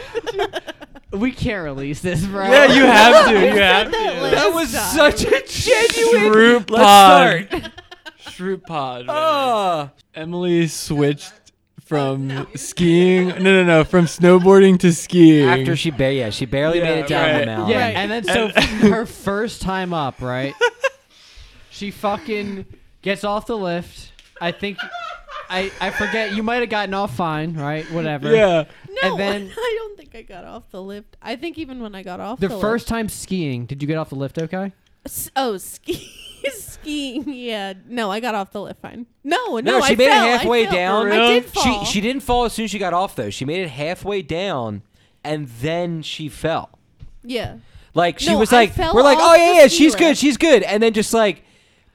Speaker 1: We can't release this, bro.
Speaker 5: you have to. You have
Speaker 4: that
Speaker 5: to.
Speaker 4: last-
Speaker 2: that was such a
Speaker 5: (laughs)
Speaker 2: genuine.
Speaker 5: Shroop
Speaker 2: let's
Speaker 5: pod.
Speaker 2: start.
Speaker 5: Shroot pod. man.
Speaker 2: Oh,
Speaker 5: Emily switched from skiing. No, no, no. From snowboarding to skiing.
Speaker 2: after she, ba- yeah, she barely
Speaker 5: Yeah,
Speaker 2: made it down the
Speaker 5: right.
Speaker 2: mountain.
Speaker 1: Yeah,
Speaker 4: Right.
Speaker 1: and then so her first time up, (laughs) right? She fucking gets off the lift. I think I I forget you might have gotten off fine, right? Whatever.
Speaker 5: yeah.
Speaker 4: No,
Speaker 1: And (laughs) then-
Speaker 4: (laughs) I don't think I got off the lift. I think even when I got off
Speaker 1: The
Speaker 4: the
Speaker 1: first time skiing, did you get off the lift okay?
Speaker 4: lift, S- oh ski, (laughs) skiing, yeah. No, I got off the lift fine. No, no,
Speaker 2: No, she
Speaker 4: I
Speaker 2: made
Speaker 4: fell. I
Speaker 2: it halfway
Speaker 4: fell.
Speaker 2: down.
Speaker 4: I did fall.
Speaker 2: She she didn't fall as soon as she got off though. She made it halfway down, and then she fell.
Speaker 4: yeah.
Speaker 2: Like she
Speaker 4: No,
Speaker 2: was
Speaker 4: I
Speaker 2: like,
Speaker 4: fell
Speaker 2: we're like,
Speaker 4: off
Speaker 2: oh yeah,
Speaker 4: the
Speaker 2: yeah,
Speaker 4: ski
Speaker 2: she's good,
Speaker 4: lift."
Speaker 2: she's good, and then just like,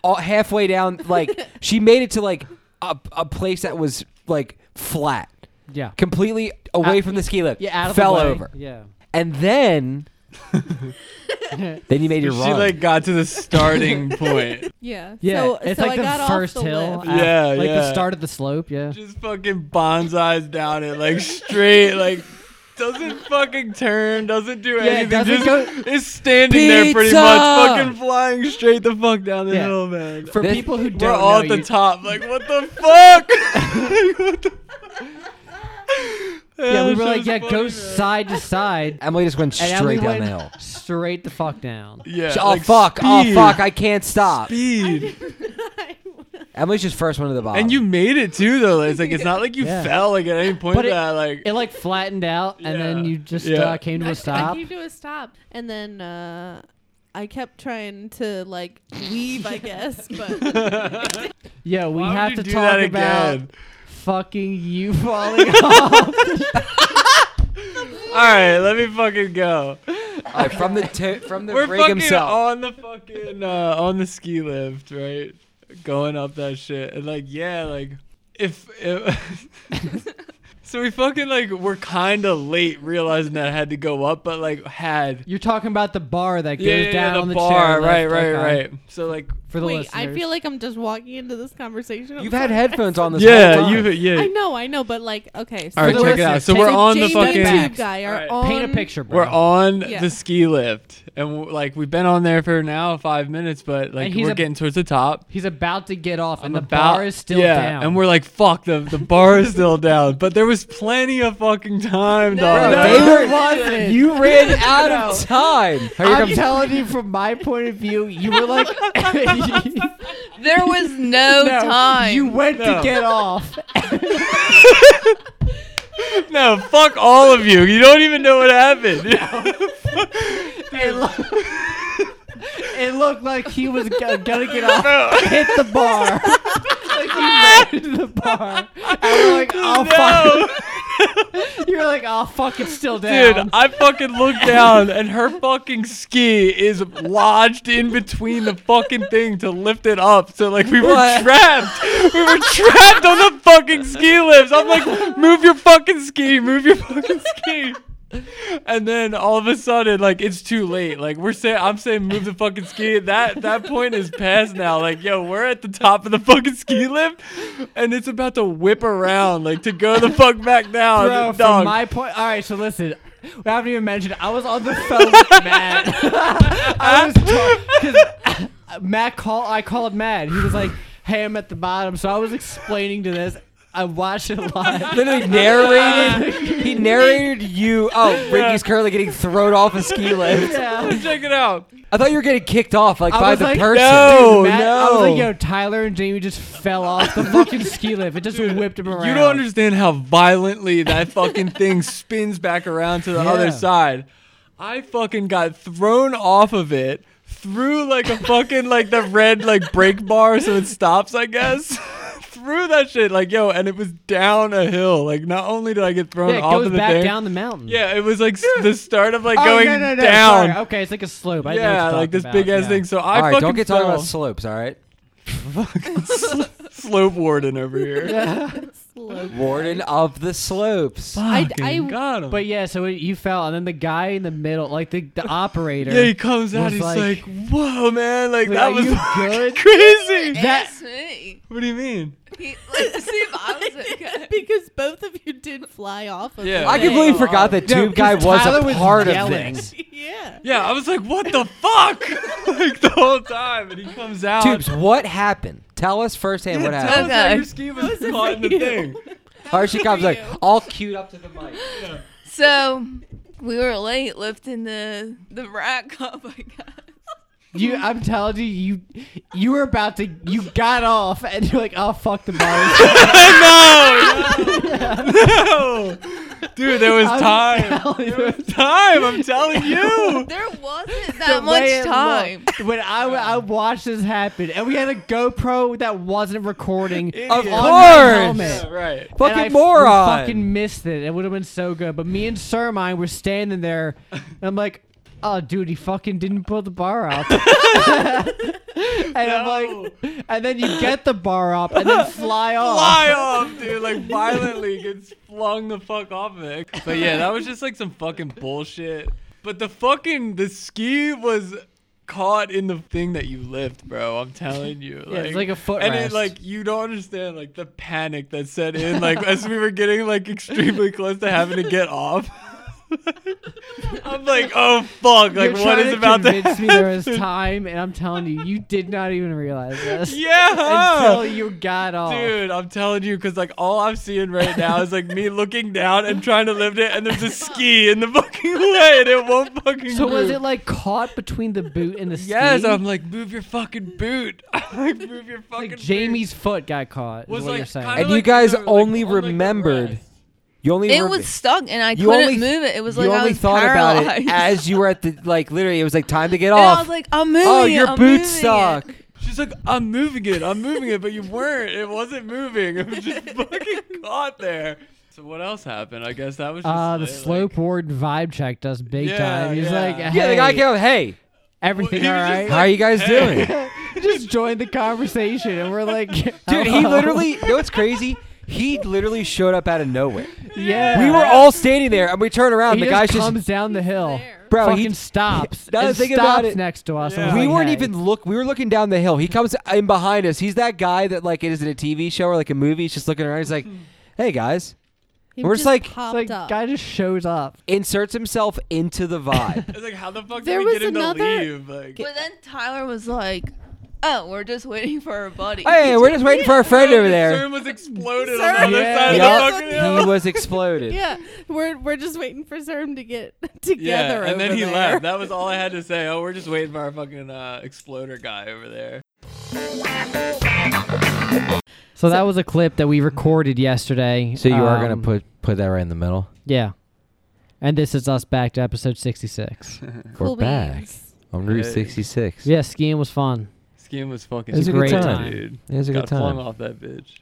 Speaker 2: all, halfway down,
Speaker 1: (laughs)
Speaker 2: like she made it to like a a place that was like flat,
Speaker 1: Yeah.
Speaker 2: completely away
Speaker 1: Out-
Speaker 2: from the ski lift.
Speaker 1: Yeah, out of the
Speaker 2: fell
Speaker 1: way.
Speaker 2: over,
Speaker 1: (laughs) Yeah.
Speaker 2: and then then you made your
Speaker 5: she
Speaker 2: run.
Speaker 5: like got to
Speaker 2: (laughs)
Speaker 5: the starting point.
Speaker 4: Yeah.
Speaker 1: Yeah.
Speaker 4: So,
Speaker 1: it's
Speaker 4: so
Speaker 1: like
Speaker 4: I
Speaker 1: the
Speaker 4: got
Speaker 1: first
Speaker 4: off the
Speaker 1: hill.
Speaker 4: Lift.
Speaker 1: af-
Speaker 5: Yeah,
Speaker 1: Like the
Speaker 5: yeah.
Speaker 1: start of the slope, yeah.
Speaker 5: Just fucking bonsais down it, like straight, like doesn't fucking turn, doesn't do
Speaker 2: it
Speaker 5: anything.
Speaker 2: doesn't
Speaker 5: Just is standing there pretty
Speaker 2: Pizza!
Speaker 5: much, fucking flying straight the fuck down the
Speaker 1: Yeah.
Speaker 5: hill, man.
Speaker 6: For
Speaker 2: This-
Speaker 6: people who
Speaker 5: We're
Speaker 6: don't
Speaker 5: all
Speaker 6: know
Speaker 5: at the
Speaker 6: you,
Speaker 5: top, like
Speaker 1: (laughs)
Speaker 5: what the fuck? Like, what the
Speaker 1: yeah, we were like, yeah,
Speaker 5: go
Speaker 1: go side to side,
Speaker 2: Emily just went
Speaker 1: and then we
Speaker 2: straight
Speaker 1: went
Speaker 2: down the
Speaker 1: (laughs)
Speaker 2: hill.
Speaker 1: straight the fuck down.
Speaker 5: Yeah.
Speaker 2: oh
Speaker 5: like
Speaker 2: fuck! Oh
Speaker 5: speed,
Speaker 2: fuck! I can't stop.
Speaker 5: Speed.
Speaker 2: Emily's just first one to the bottom. (laughs)
Speaker 5: And you made it too, though. Like, It's like it's not like you
Speaker 1: Yeah.
Speaker 5: fell like at any point.
Speaker 1: But it-
Speaker 5: that like
Speaker 1: It like flattened out, and then
Speaker 5: Yeah.
Speaker 1: you just
Speaker 5: Yeah.
Speaker 1: uh, came to a
Speaker 5: (laughs)
Speaker 1: stop.
Speaker 4: came to a stop. And then uh, I kept trying to like leave, I guess, but
Speaker 1: Yeah, we
Speaker 5: why would
Speaker 1: have
Speaker 5: you
Speaker 1: to
Speaker 5: do
Speaker 1: talk
Speaker 5: that
Speaker 1: about
Speaker 5: again?
Speaker 1: fucking you (laughs) falling off.
Speaker 5: All right, let me fucking go.
Speaker 2: All right, from the t- from the
Speaker 5: We're
Speaker 2: rig
Speaker 5: fucking
Speaker 2: himself.
Speaker 5: on the fucking uh, on the ski lift, right? Going up that shit, and like, yeah, like if, if (laughs) so, we fucking like we're kind of late realizing that I had to go up, but like had
Speaker 1: You're talking about the bar that goes
Speaker 5: yeah, yeah, yeah,
Speaker 1: down
Speaker 5: the
Speaker 1: on the
Speaker 5: bar,
Speaker 1: chair.
Speaker 5: right, right, right. So like,
Speaker 1: For the
Speaker 4: wait,
Speaker 1: listeners,
Speaker 4: I feel like I'm just walking into this conversation. I'm
Speaker 2: You've had
Speaker 4: sorry.
Speaker 2: headphones on this whole
Speaker 5: yeah,
Speaker 2: time.
Speaker 5: you, yeah.
Speaker 4: I know, I know, but like, okay. So
Speaker 5: All right,
Speaker 1: For the
Speaker 5: check it out.
Speaker 1: listeners,
Speaker 5: So we're
Speaker 1: take-
Speaker 5: on the
Speaker 4: Jamie
Speaker 5: fucking
Speaker 4: and Tube guy
Speaker 5: All
Speaker 4: are
Speaker 5: right.
Speaker 4: on.
Speaker 1: paint a
Speaker 4: (laughs)
Speaker 1: picture, bro.
Speaker 5: We're on
Speaker 4: Yeah.
Speaker 5: the ski lift, and w- like we've been on there for now five minutes, but like
Speaker 1: And he's
Speaker 5: we're
Speaker 1: a-
Speaker 5: getting towards the top.
Speaker 1: He's about to get off, and
Speaker 5: I'm
Speaker 1: the
Speaker 5: about-
Speaker 1: bar is still
Speaker 5: yeah,
Speaker 1: down.
Speaker 5: and we're like, fuck the the bar is
Speaker 1: (laughs)
Speaker 5: still down, but there was plenty of fucking time, dog.
Speaker 1: No,
Speaker 2: They
Speaker 1: it
Speaker 2: were-
Speaker 5: (laughs)
Speaker 1: wasn't.
Speaker 2: You
Speaker 1: (laughs)
Speaker 2: ran out of time. Here
Speaker 1: I'm
Speaker 2: comes-
Speaker 1: telling you from my point of view, you were
Speaker 4: (laughs)
Speaker 1: like, (laughs)
Speaker 3: There was no,
Speaker 1: No,
Speaker 3: time.
Speaker 1: you went to
Speaker 5: No.
Speaker 1: get off.
Speaker 5: no, fuck all of you. You don't even know what happened.
Speaker 1: (laughs) It, loo- (laughs) it looked like he was g- gonna get off, hit the
Speaker 5: (laughs)
Speaker 1: bar. like he ran to the bar. And we're like, oh
Speaker 5: (laughs) No.
Speaker 1: fuck. You're like, oh fuck, it's still down.
Speaker 5: Dude, I fucking looked down and her fucking ski is lodged in between the fucking thing to lift it up. So like we were
Speaker 2: What?
Speaker 5: trapped. We were trapped on the fucking ski lifts. I'm like, move your fucking ski, move your fucking ski. And then all of a sudden, like it's too late. Like we're saying, I'm saying, move the fucking ski. That that point is past now. Like yo, we're at the top of the fucking ski lift, and it's about to whip around, like to go the fuck back down.
Speaker 1: Bro,
Speaker 5: Dog.
Speaker 1: from my point. All right, so listen. We haven't even mentioned. I was on the phone with
Speaker 5: (laughs)
Speaker 1: Matt. (laughs) I was because (laughs) Matt call. I called Matt. He was like, "Hey, I'm at the bottom." So I was explaining to this. I watched it live.
Speaker 2: literally narrated. he narrated you. Oh, Ricky's currently getting thrown off a ski lift.
Speaker 1: Yeah.
Speaker 5: Check it out.
Speaker 2: I thought you were getting kicked off like
Speaker 1: I
Speaker 2: by
Speaker 1: was
Speaker 2: the
Speaker 1: like,
Speaker 2: person.
Speaker 5: no,
Speaker 1: Matt, I was like,
Speaker 5: Oh, no.
Speaker 1: "Yo, Tyler and Jamie just fell off the fucking ski lift. It just whipped him around."
Speaker 5: You don't understand how violently that
Speaker 1: (laughs)
Speaker 5: fucking thing spins back around to the
Speaker 1: Yeah.
Speaker 5: other side. I fucking got thrown off of it through like a fucking like the red like brake bar so it stops, I guess. (laughs) through that shit, like yo, and it was down a hill. Like not only did I get thrown
Speaker 1: Yeah, it
Speaker 5: off
Speaker 1: goes
Speaker 5: of the
Speaker 1: back
Speaker 5: thing,
Speaker 1: down the mountain.
Speaker 5: yeah, it was like s- the start of like
Speaker 1: Oh,
Speaker 5: going
Speaker 1: no, no, no,
Speaker 5: down.
Speaker 1: sorry. Okay, it's like a slope. I know what you're
Speaker 5: Yeah, like
Speaker 1: talking
Speaker 5: this
Speaker 1: about,
Speaker 5: big ass
Speaker 1: yeah.
Speaker 5: thing. So I
Speaker 2: All right,
Speaker 5: fucking
Speaker 2: don't get talking
Speaker 5: fell.
Speaker 2: about slopes. All right,
Speaker 5: (laughs) slope
Speaker 1: (laughs)
Speaker 5: warden over here.
Speaker 4: Slow.
Speaker 2: Warden of the Slopes.
Speaker 4: I-
Speaker 5: Fucking
Speaker 4: I-
Speaker 5: got him.
Speaker 1: But yeah, so it, you fell, and then the guy in the middle, like the, the operator.
Speaker 5: Yeah, he comes out.
Speaker 1: was
Speaker 5: He's
Speaker 1: like-
Speaker 5: like, "Whoa, man! Like
Speaker 1: Like, are
Speaker 5: that was
Speaker 1: you
Speaker 5: fucking
Speaker 1: good?"
Speaker 5: (laughs) crazy."
Speaker 3: That's me.
Speaker 5: what do you mean?
Speaker 3: He, like, see if I was
Speaker 2: (laughs)
Speaker 3: (laughs) okay.
Speaker 4: (laughs) because both of you did fly off of
Speaker 5: Yeah.
Speaker 4: the
Speaker 2: I
Speaker 4: thing.
Speaker 2: completely forgot that
Speaker 1: No,
Speaker 2: Tube Guy
Speaker 1: 'cause
Speaker 2: was
Speaker 1: Tyler
Speaker 2: a
Speaker 1: was
Speaker 2: part of
Speaker 1: yelling.
Speaker 2: this.
Speaker 4: (laughs) Yeah.
Speaker 5: Yeah, I was like, "What the fuck?" (laughs) like the whole time, and he comes out.
Speaker 2: Tubes, what happened? Tell us firsthand what
Speaker 5: tell
Speaker 2: happened.
Speaker 5: us how
Speaker 3: Okay.
Speaker 5: your ski was caught in the thing.
Speaker 2: Or she comes like
Speaker 4: you.
Speaker 2: all queued up to the mic.
Speaker 3: So we were late lifting the the rack (laughs) up. I guess.
Speaker 1: You, I'm telling you, you, you were about to, you got off, and you're like, oh fuck the bar.
Speaker 5: (laughs) No, dude, there
Speaker 1: (laughs)
Speaker 5: was
Speaker 1: I'm
Speaker 5: time.
Speaker 1: telling you.
Speaker 5: There was time. I'm
Speaker 1: (laughs)
Speaker 5: telling you.
Speaker 3: There wasn't
Speaker 1: The way
Speaker 3: that much
Speaker 1: it
Speaker 3: time.
Speaker 1: looked When I, w- I watched this happen, and we had a GoPro that wasn't recording.
Speaker 2: Of
Speaker 1: On my helmet.
Speaker 2: course,
Speaker 5: Yeah, right.
Speaker 1: and I
Speaker 2: fucking
Speaker 1: f-
Speaker 2: moron.
Speaker 1: Fucking missed it. It would have been so good. But me and Sermine were standing there, and I'm like, oh, dude, he fucking didn't pull the bar up.
Speaker 2: (laughs)
Speaker 1: and I'm like, and then you get the bar up and then fly off.
Speaker 5: Fly off, dude! Like violently gets flung the fuck off of it. But yeah, that was just like some fucking bullshit. But the fucking the ski was caught in the thing that you lift, bro. I'm telling you,
Speaker 1: Yeah, it's like a foot
Speaker 5: And
Speaker 1: rest.
Speaker 5: it like you don't understand like the panic that set in like as we were getting like extremely close to having to get off. (laughs) I'm like, oh fuck! Like,
Speaker 1: You're
Speaker 5: what
Speaker 1: trying
Speaker 5: is
Speaker 1: to
Speaker 5: about to
Speaker 1: convince me there is
Speaker 5: happen?
Speaker 1: time, and I'm telling you, you did not even
Speaker 5: (laughs)
Speaker 1: realize this until
Speaker 5: Yeah,
Speaker 1: you got off.
Speaker 5: dude, I'm telling you, because like all I'm seeing right now is like me looking down and trying to lift it, and
Speaker 1: (laughs)
Speaker 5: there's a ski in the fucking way, and it won't fucking.
Speaker 1: So was
Speaker 5: move.
Speaker 1: it like caught between the boot and the
Speaker 5: Yes,
Speaker 1: ski?
Speaker 5: I'm like, move your fucking boot. (laughs) I'm like, move your fucking.
Speaker 1: like Jamie's foot got caught.
Speaker 5: Was
Speaker 1: is what
Speaker 5: like
Speaker 1: you're saying?
Speaker 5: kinda
Speaker 2: And you
Speaker 5: like
Speaker 2: guys
Speaker 5: the- like
Speaker 2: only
Speaker 5: on, like, the
Speaker 2: remembered.
Speaker 5: rest.
Speaker 2: you only
Speaker 3: It
Speaker 2: rem-
Speaker 3: was stuck and I
Speaker 2: You
Speaker 3: couldn't
Speaker 2: only-
Speaker 3: move it. It was
Speaker 2: you
Speaker 3: like I
Speaker 2: only
Speaker 3: was
Speaker 2: thought
Speaker 3: paralyzed.
Speaker 2: about it as you were at the like literally. It was like time to get
Speaker 3: (laughs) and
Speaker 2: off.
Speaker 3: I was like, I'm moving.
Speaker 2: oh,
Speaker 3: it,
Speaker 2: your
Speaker 3: I'm
Speaker 2: boots
Speaker 3: moving it.
Speaker 2: suck.
Speaker 5: She's like, I'm moving it, I'm moving it, but you weren't. It wasn't moving. It was
Speaker 1: (laughs)
Speaker 5: just fucking caught there. So what else happened? I guess that was just
Speaker 1: Uh, the
Speaker 5: like-
Speaker 1: slope warden vibe checked us big
Speaker 5: Yeah,
Speaker 1: time. He's
Speaker 5: yeah.
Speaker 1: like,
Speaker 5: Yeah,
Speaker 1: hey,
Speaker 2: Yeah, the guy came. up, Hey,
Speaker 1: everything
Speaker 5: Well, he
Speaker 1: all
Speaker 5: was just
Speaker 1: right?
Speaker 2: how are you guys
Speaker 5: Hey.
Speaker 2: doing,
Speaker 1: (laughs) He just joined the conversation, and we're like, (laughs) "Oh."
Speaker 2: dude? He
Speaker 1: hello.
Speaker 2: literally. You know what's crazy? He literally showed up out of nowhere.
Speaker 1: yeah.
Speaker 2: We were all standing there, and we turn around.
Speaker 1: He
Speaker 2: the
Speaker 1: just
Speaker 2: guy's just
Speaker 1: comes down the hill.
Speaker 2: Bro,
Speaker 1: fucking
Speaker 2: he-
Speaker 1: stops.
Speaker 2: (laughs) Now
Speaker 1: and
Speaker 2: think
Speaker 1: stops
Speaker 2: about it.
Speaker 1: next to us.
Speaker 5: Yeah.
Speaker 1: and
Speaker 2: We
Speaker 1: like,
Speaker 2: weren't
Speaker 1: hey.
Speaker 2: even look. We were looking down the hill. He comes in behind us. He's that guy that like it is in a TV show or like a movie. He's just looking around. He's like, "Hey guys,"
Speaker 4: He
Speaker 2: We're just like- It's
Speaker 1: It's
Speaker 4: popped
Speaker 1: like
Speaker 4: up.
Speaker 1: guy just shows up.
Speaker 2: inserts himself into the
Speaker 1: (laughs)
Speaker 2: vibe.
Speaker 5: It's like, how the fuck
Speaker 4: There
Speaker 5: did we
Speaker 4: was
Speaker 5: get him
Speaker 4: another-
Speaker 5: to leave? Like,
Speaker 3: But then Tyler was like, "Oh, we're just waiting for our buddy."
Speaker 2: hey, we're just waiting for our friend over there.
Speaker 5: Serum was exploded on
Speaker 4: Serum
Speaker 5: the other
Speaker 1: was
Speaker 5: side
Speaker 2: Yup,
Speaker 5: of the fucking hill.
Speaker 2: he was exploded.
Speaker 4: yeah, we're we're just waiting for Zerm to get (laughs) together.
Speaker 5: Yeah, and then
Speaker 4: over
Speaker 5: he
Speaker 4: there.
Speaker 5: left. That
Speaker 4: (laughs)
Speaker 5: was all I had to say. Oh, we're just waiting for our fucking uh, exploder guy over there.
Speaker 1: So, that was a clip that we recorded yesterday.
Speaker 2: So you are gonna
Speaker 1: Um,
Speaker 2: put put that right in the middle.
Speaker 1: yeah. And this is us back to episode
Speaker 2: (laughs)
Speaker 1: sixty-six.
Speaker 4: Cool
Speaker 2: We're back
Speaker 4: beans.
Speaker 2: on
Speaker 5: Route
Speaker 2: Route
Speaker 5: Hey.
Speaker 2: 66.
Speaker 1: yeah, skiing was fun.
Speaker 5: Scheme was fucking
Speaker 1: It was a
Speaker 5: great,
Speaker 1: great time.
Speaker 5: dude.
Speaker 2: it was a
Speaker 5: Got
Speaker 2: good
Speaker 5: flung
Speaker 2: time.
Speaker 5: off that bitch.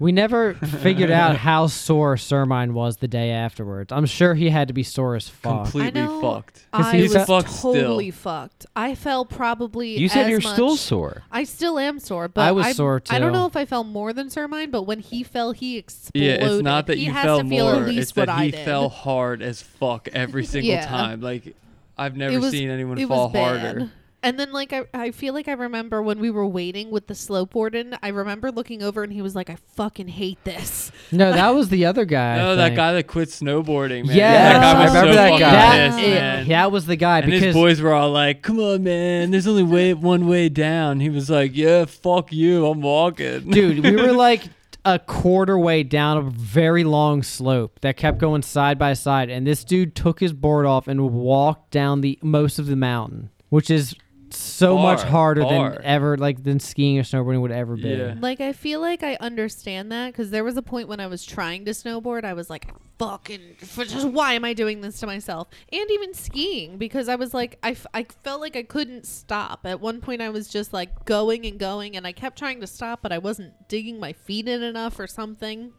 Speaker 1: We never figured out how sore Sermine was the day afterwards. I'm sure he had to be sore as fuck.
Speaker 5: Completely
Speaker 4: I know.
Speaker 5: fucked.
Speaker 1: 'Cause
Speaker 4: I
Speaker 1: he's
Speaker 4: was
Speaker 1: a-
Speaker 5: fucked still.
Speaker 4: totally fucked. I fell probably.
Speaker 2: You said
Speaker 4: as
Speaker 2: you're
Speaker 4: much.
Speaker 2: still sore.
Speaker 4: I still am sore, but
Speaker 1: I was
Speaker 4: I'm-
Speaker 1: sore,
Speaker 4: I
Speaker 1: too.
Speaker 4: don't know if I fell more than Sermine, but when he fell, he exploded.
Speaker 5: Yeah, it's not that
Speaker 4: he
Speaker 5: you
Speaker 4: has
Speaker 5: fell
Speaker 4: to feel
Speaker 5: more.
Speaker 4: At least
Speaker 5: It's
Speaker 4: what
Speaker 5: that
Speaker 4: I
Speaker 5: he
Speaker 4: did. (laughs)
Speaker 5: fell hard as fuck every single
Speaker 4: Yeah.
Speaker 5: time. Like I've never
Speaker 4: It was-
Speaker 5: seen anyone
Speaker 4: it
Speaker 5: fall
Speaker 4: was bad.
Speaker 5: harder.
Speaker 4: And then, like, I, I feel like I remember when we were waiting with the slope warden, I remember looking over and he was like, I fucking hate this.
Speaker 1: No, that was the other guy. I
Speaker 5: No, Oh, that
Speaker 1: think.
Speaker 5: guy that quit snowboarding, man.
Speaker 1: Yes.
Speaker 5: that guy was
Speaker 4: I
Speaker 5: so
Speaker 4: remember that
Speaker 5: fucking
Speaker 4: guy.
Speaker 5: pissed,
Speaker 1: it-
Speaker 5: man.
Speaker 1: that was the guy
Speaker 5: And
Speaker 1: because
Speaker 5: his boys were all like, "Come on, man! There's only way one way down." He was like, "Yeah, fuck you! I'm walking."
Speaker 1: dude, we were like a quarter way down a very long slope that kept going side by side, and this dude took his board off and walked down the most of the mountain, which is so
Speaker 5: Far,
Speaker 1: much harder
Speaker 5: far.
Speaker 1: than ever like than skiing or snowboarding would ever be.
Speaker 5: Yeah.
Speaker 4: Like, I feel like I understand that because there was a point when I was trying to snowboard, I was like, fucking, for just why am I doing this to myself? And even skiing because I was like, I, f- I felt like I couldn't stop. At one point, I was just like going and going, and I kept trying to stop, but I wasn't digging my feet in enough or something.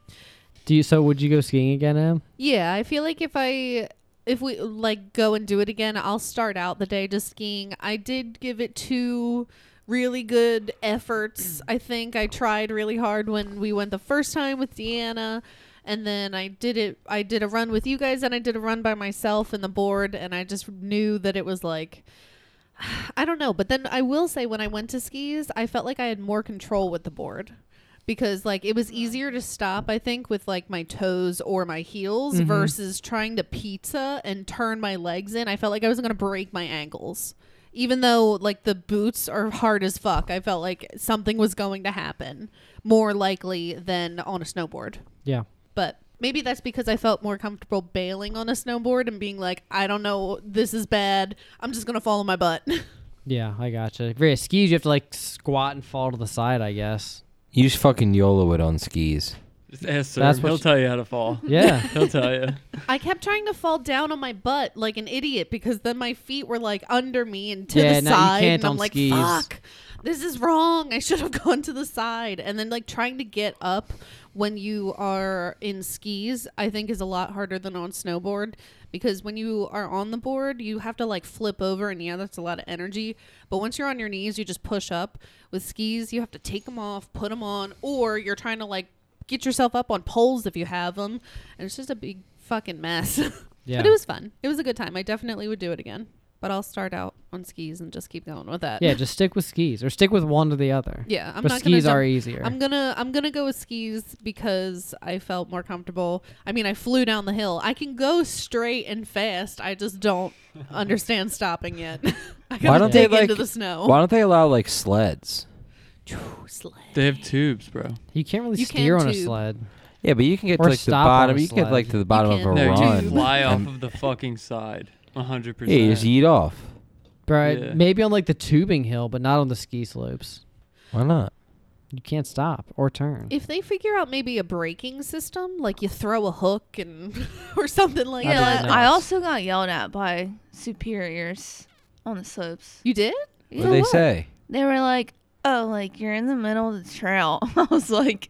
Speaker 1: Do you so would you go skiing again, Em?
Speaker 4: Yeah, I feel like if I if we like go and do it again, I'll start out the day just skiing. I did give it two really good efforts. I think I tried really hard when we went the first time with Deanna and then I did it I did a run with you guys and I did a run by myself in the board and I just knew that it was like (sighs) I don't know, but then I will say when I went to skis, I felt like I had more control with the board because like it was easier to stop I think with like my toes or my heels versus trying to pizza and turn my legs in. I felt like I was going to break my ankles. Even though like the boots are hard as fuck, I felt like something was going to happen more likely than on a snowboard.
Speaker 1: Yeah.
Speaker 4: But maybe that's because I felt more comfortable bailing on a snowboard and being like, I don't know, this is bad. I'm just going to fall on my butt. (laughs)
Speaker 1: Yeah, I gotcha. For skis, you have to like squat and fall to the side, I
Speaker 4: (laughs)
Speaker 1: guess.
Speaker 2: You just fucking YOLO it on skis.
Speaker 5: (laughs) Just ask Sir.
Speaker 1: That's what
Speaker 5: He'll
Speaker 1: she-
Speaker 5: tell you how
Speaker 1: (laughs)
Speaker 5: to fall.
Speaker 1: Yeah.
Speaker 5: He'll tell you.
Speaker 4: I kept trying to fall down on my butt like an idiot because then my feet were like under me and to
Speaker 1: Yeah, no,
Speaker 4: the
Speaker 1: you
Speaker 4: side.
Speaker 1: can't
Speaker 4: and I'm
Speaker 1: on
Speaker 4: like,
Speaker 1: skis.
Speaker 4: fuck, this is wrong. I should have (laughs) gone to the side. And then like trying to get up when you are in skis, I think is a lot harder than on snowboard because when you are on the board, you have to like flip over and yeah, that's a lot of energy. But once you're on your knees, you just push up. With skis, you have to take them off, put them on, or you're trying to like get yourself up on poles if you have them. And it's just a big fucking mess. (laughs)
Speaker 1: Yeah.
Speaker 4: But it was fun. It was a good time. I definitely would do it again. But I'll start out on skis and just keep going with that.
Speaker 6: Yeah, just stick with skis or stick with one to the other.
Speaker 4: yeah. I'm
Speaker 6: but
Speaker 4: not
Speaker 6: skis
Speaker 4: gonna
Speaker 6: are
Speaker 4: jump-
Speaker 6: easier.
Speaker 4: I'm gonna I'm gonna go with skis because I felt more comfortable. I mean, I flew down the hill. I can go straight and fast. I just don't understand stopping yet. (laughs) I (laughs) gotta
Speaker 2: don't they,
Speaker 4: dig into
Speaker 2: like-
Speaker 4: the snow.
Speaker 2: Why don't they allow like sleds?
Speaker 4: Phew, sled.
Speaker 5: They have tubes, bro.
Speaker 6: you can't really
Speaker 4: You can
Speaker 6: steer on a
Speaker 4: too.
Speaker 6: sled.
Speaker 2: Yeah, but you can get to
Speaker 6: Or
Speaker 2: like the
Speaker 6: stop on
Speaker 2: bottom.
Speaker 6: a
Speaker 2: You can get like
Speaker 6: sled.
Speaker 2: to the bottom of
Speaker 4: can.
Speaker 2: a
Speaker 4: No,
Speaker 5: No,
Speaker 2: run.
Speaker 5: you fly off
Speaker 2: And-
Speaker 5: of the fucking side. 100%.
Speaker 2: Yeah, you just eat off.
Speaker 6: Right.
Speaker 5: Yeah.
Speaker 6: Maybe on like the tubing hill, but not on the ski slopes.
Speaker 2: Why not?
Speaker 6: You can't stop or turn.
Speaker 4: If they figure out maybe a braking system, like you throw a hook and (laughs) or something like
Speaker 6: I
Speaker 4: that.
Speaker 6: didn't
Speaker 3: Yeah,
Speaker 6: know.
Speaker 3: I also got yelled at by superiors on the slopes.
Speaker 4: You did?
Speaker 2: What do they say?
Speaker 3: They were like, "Oh, like you're in the middle of the trail." (laughs) I was like,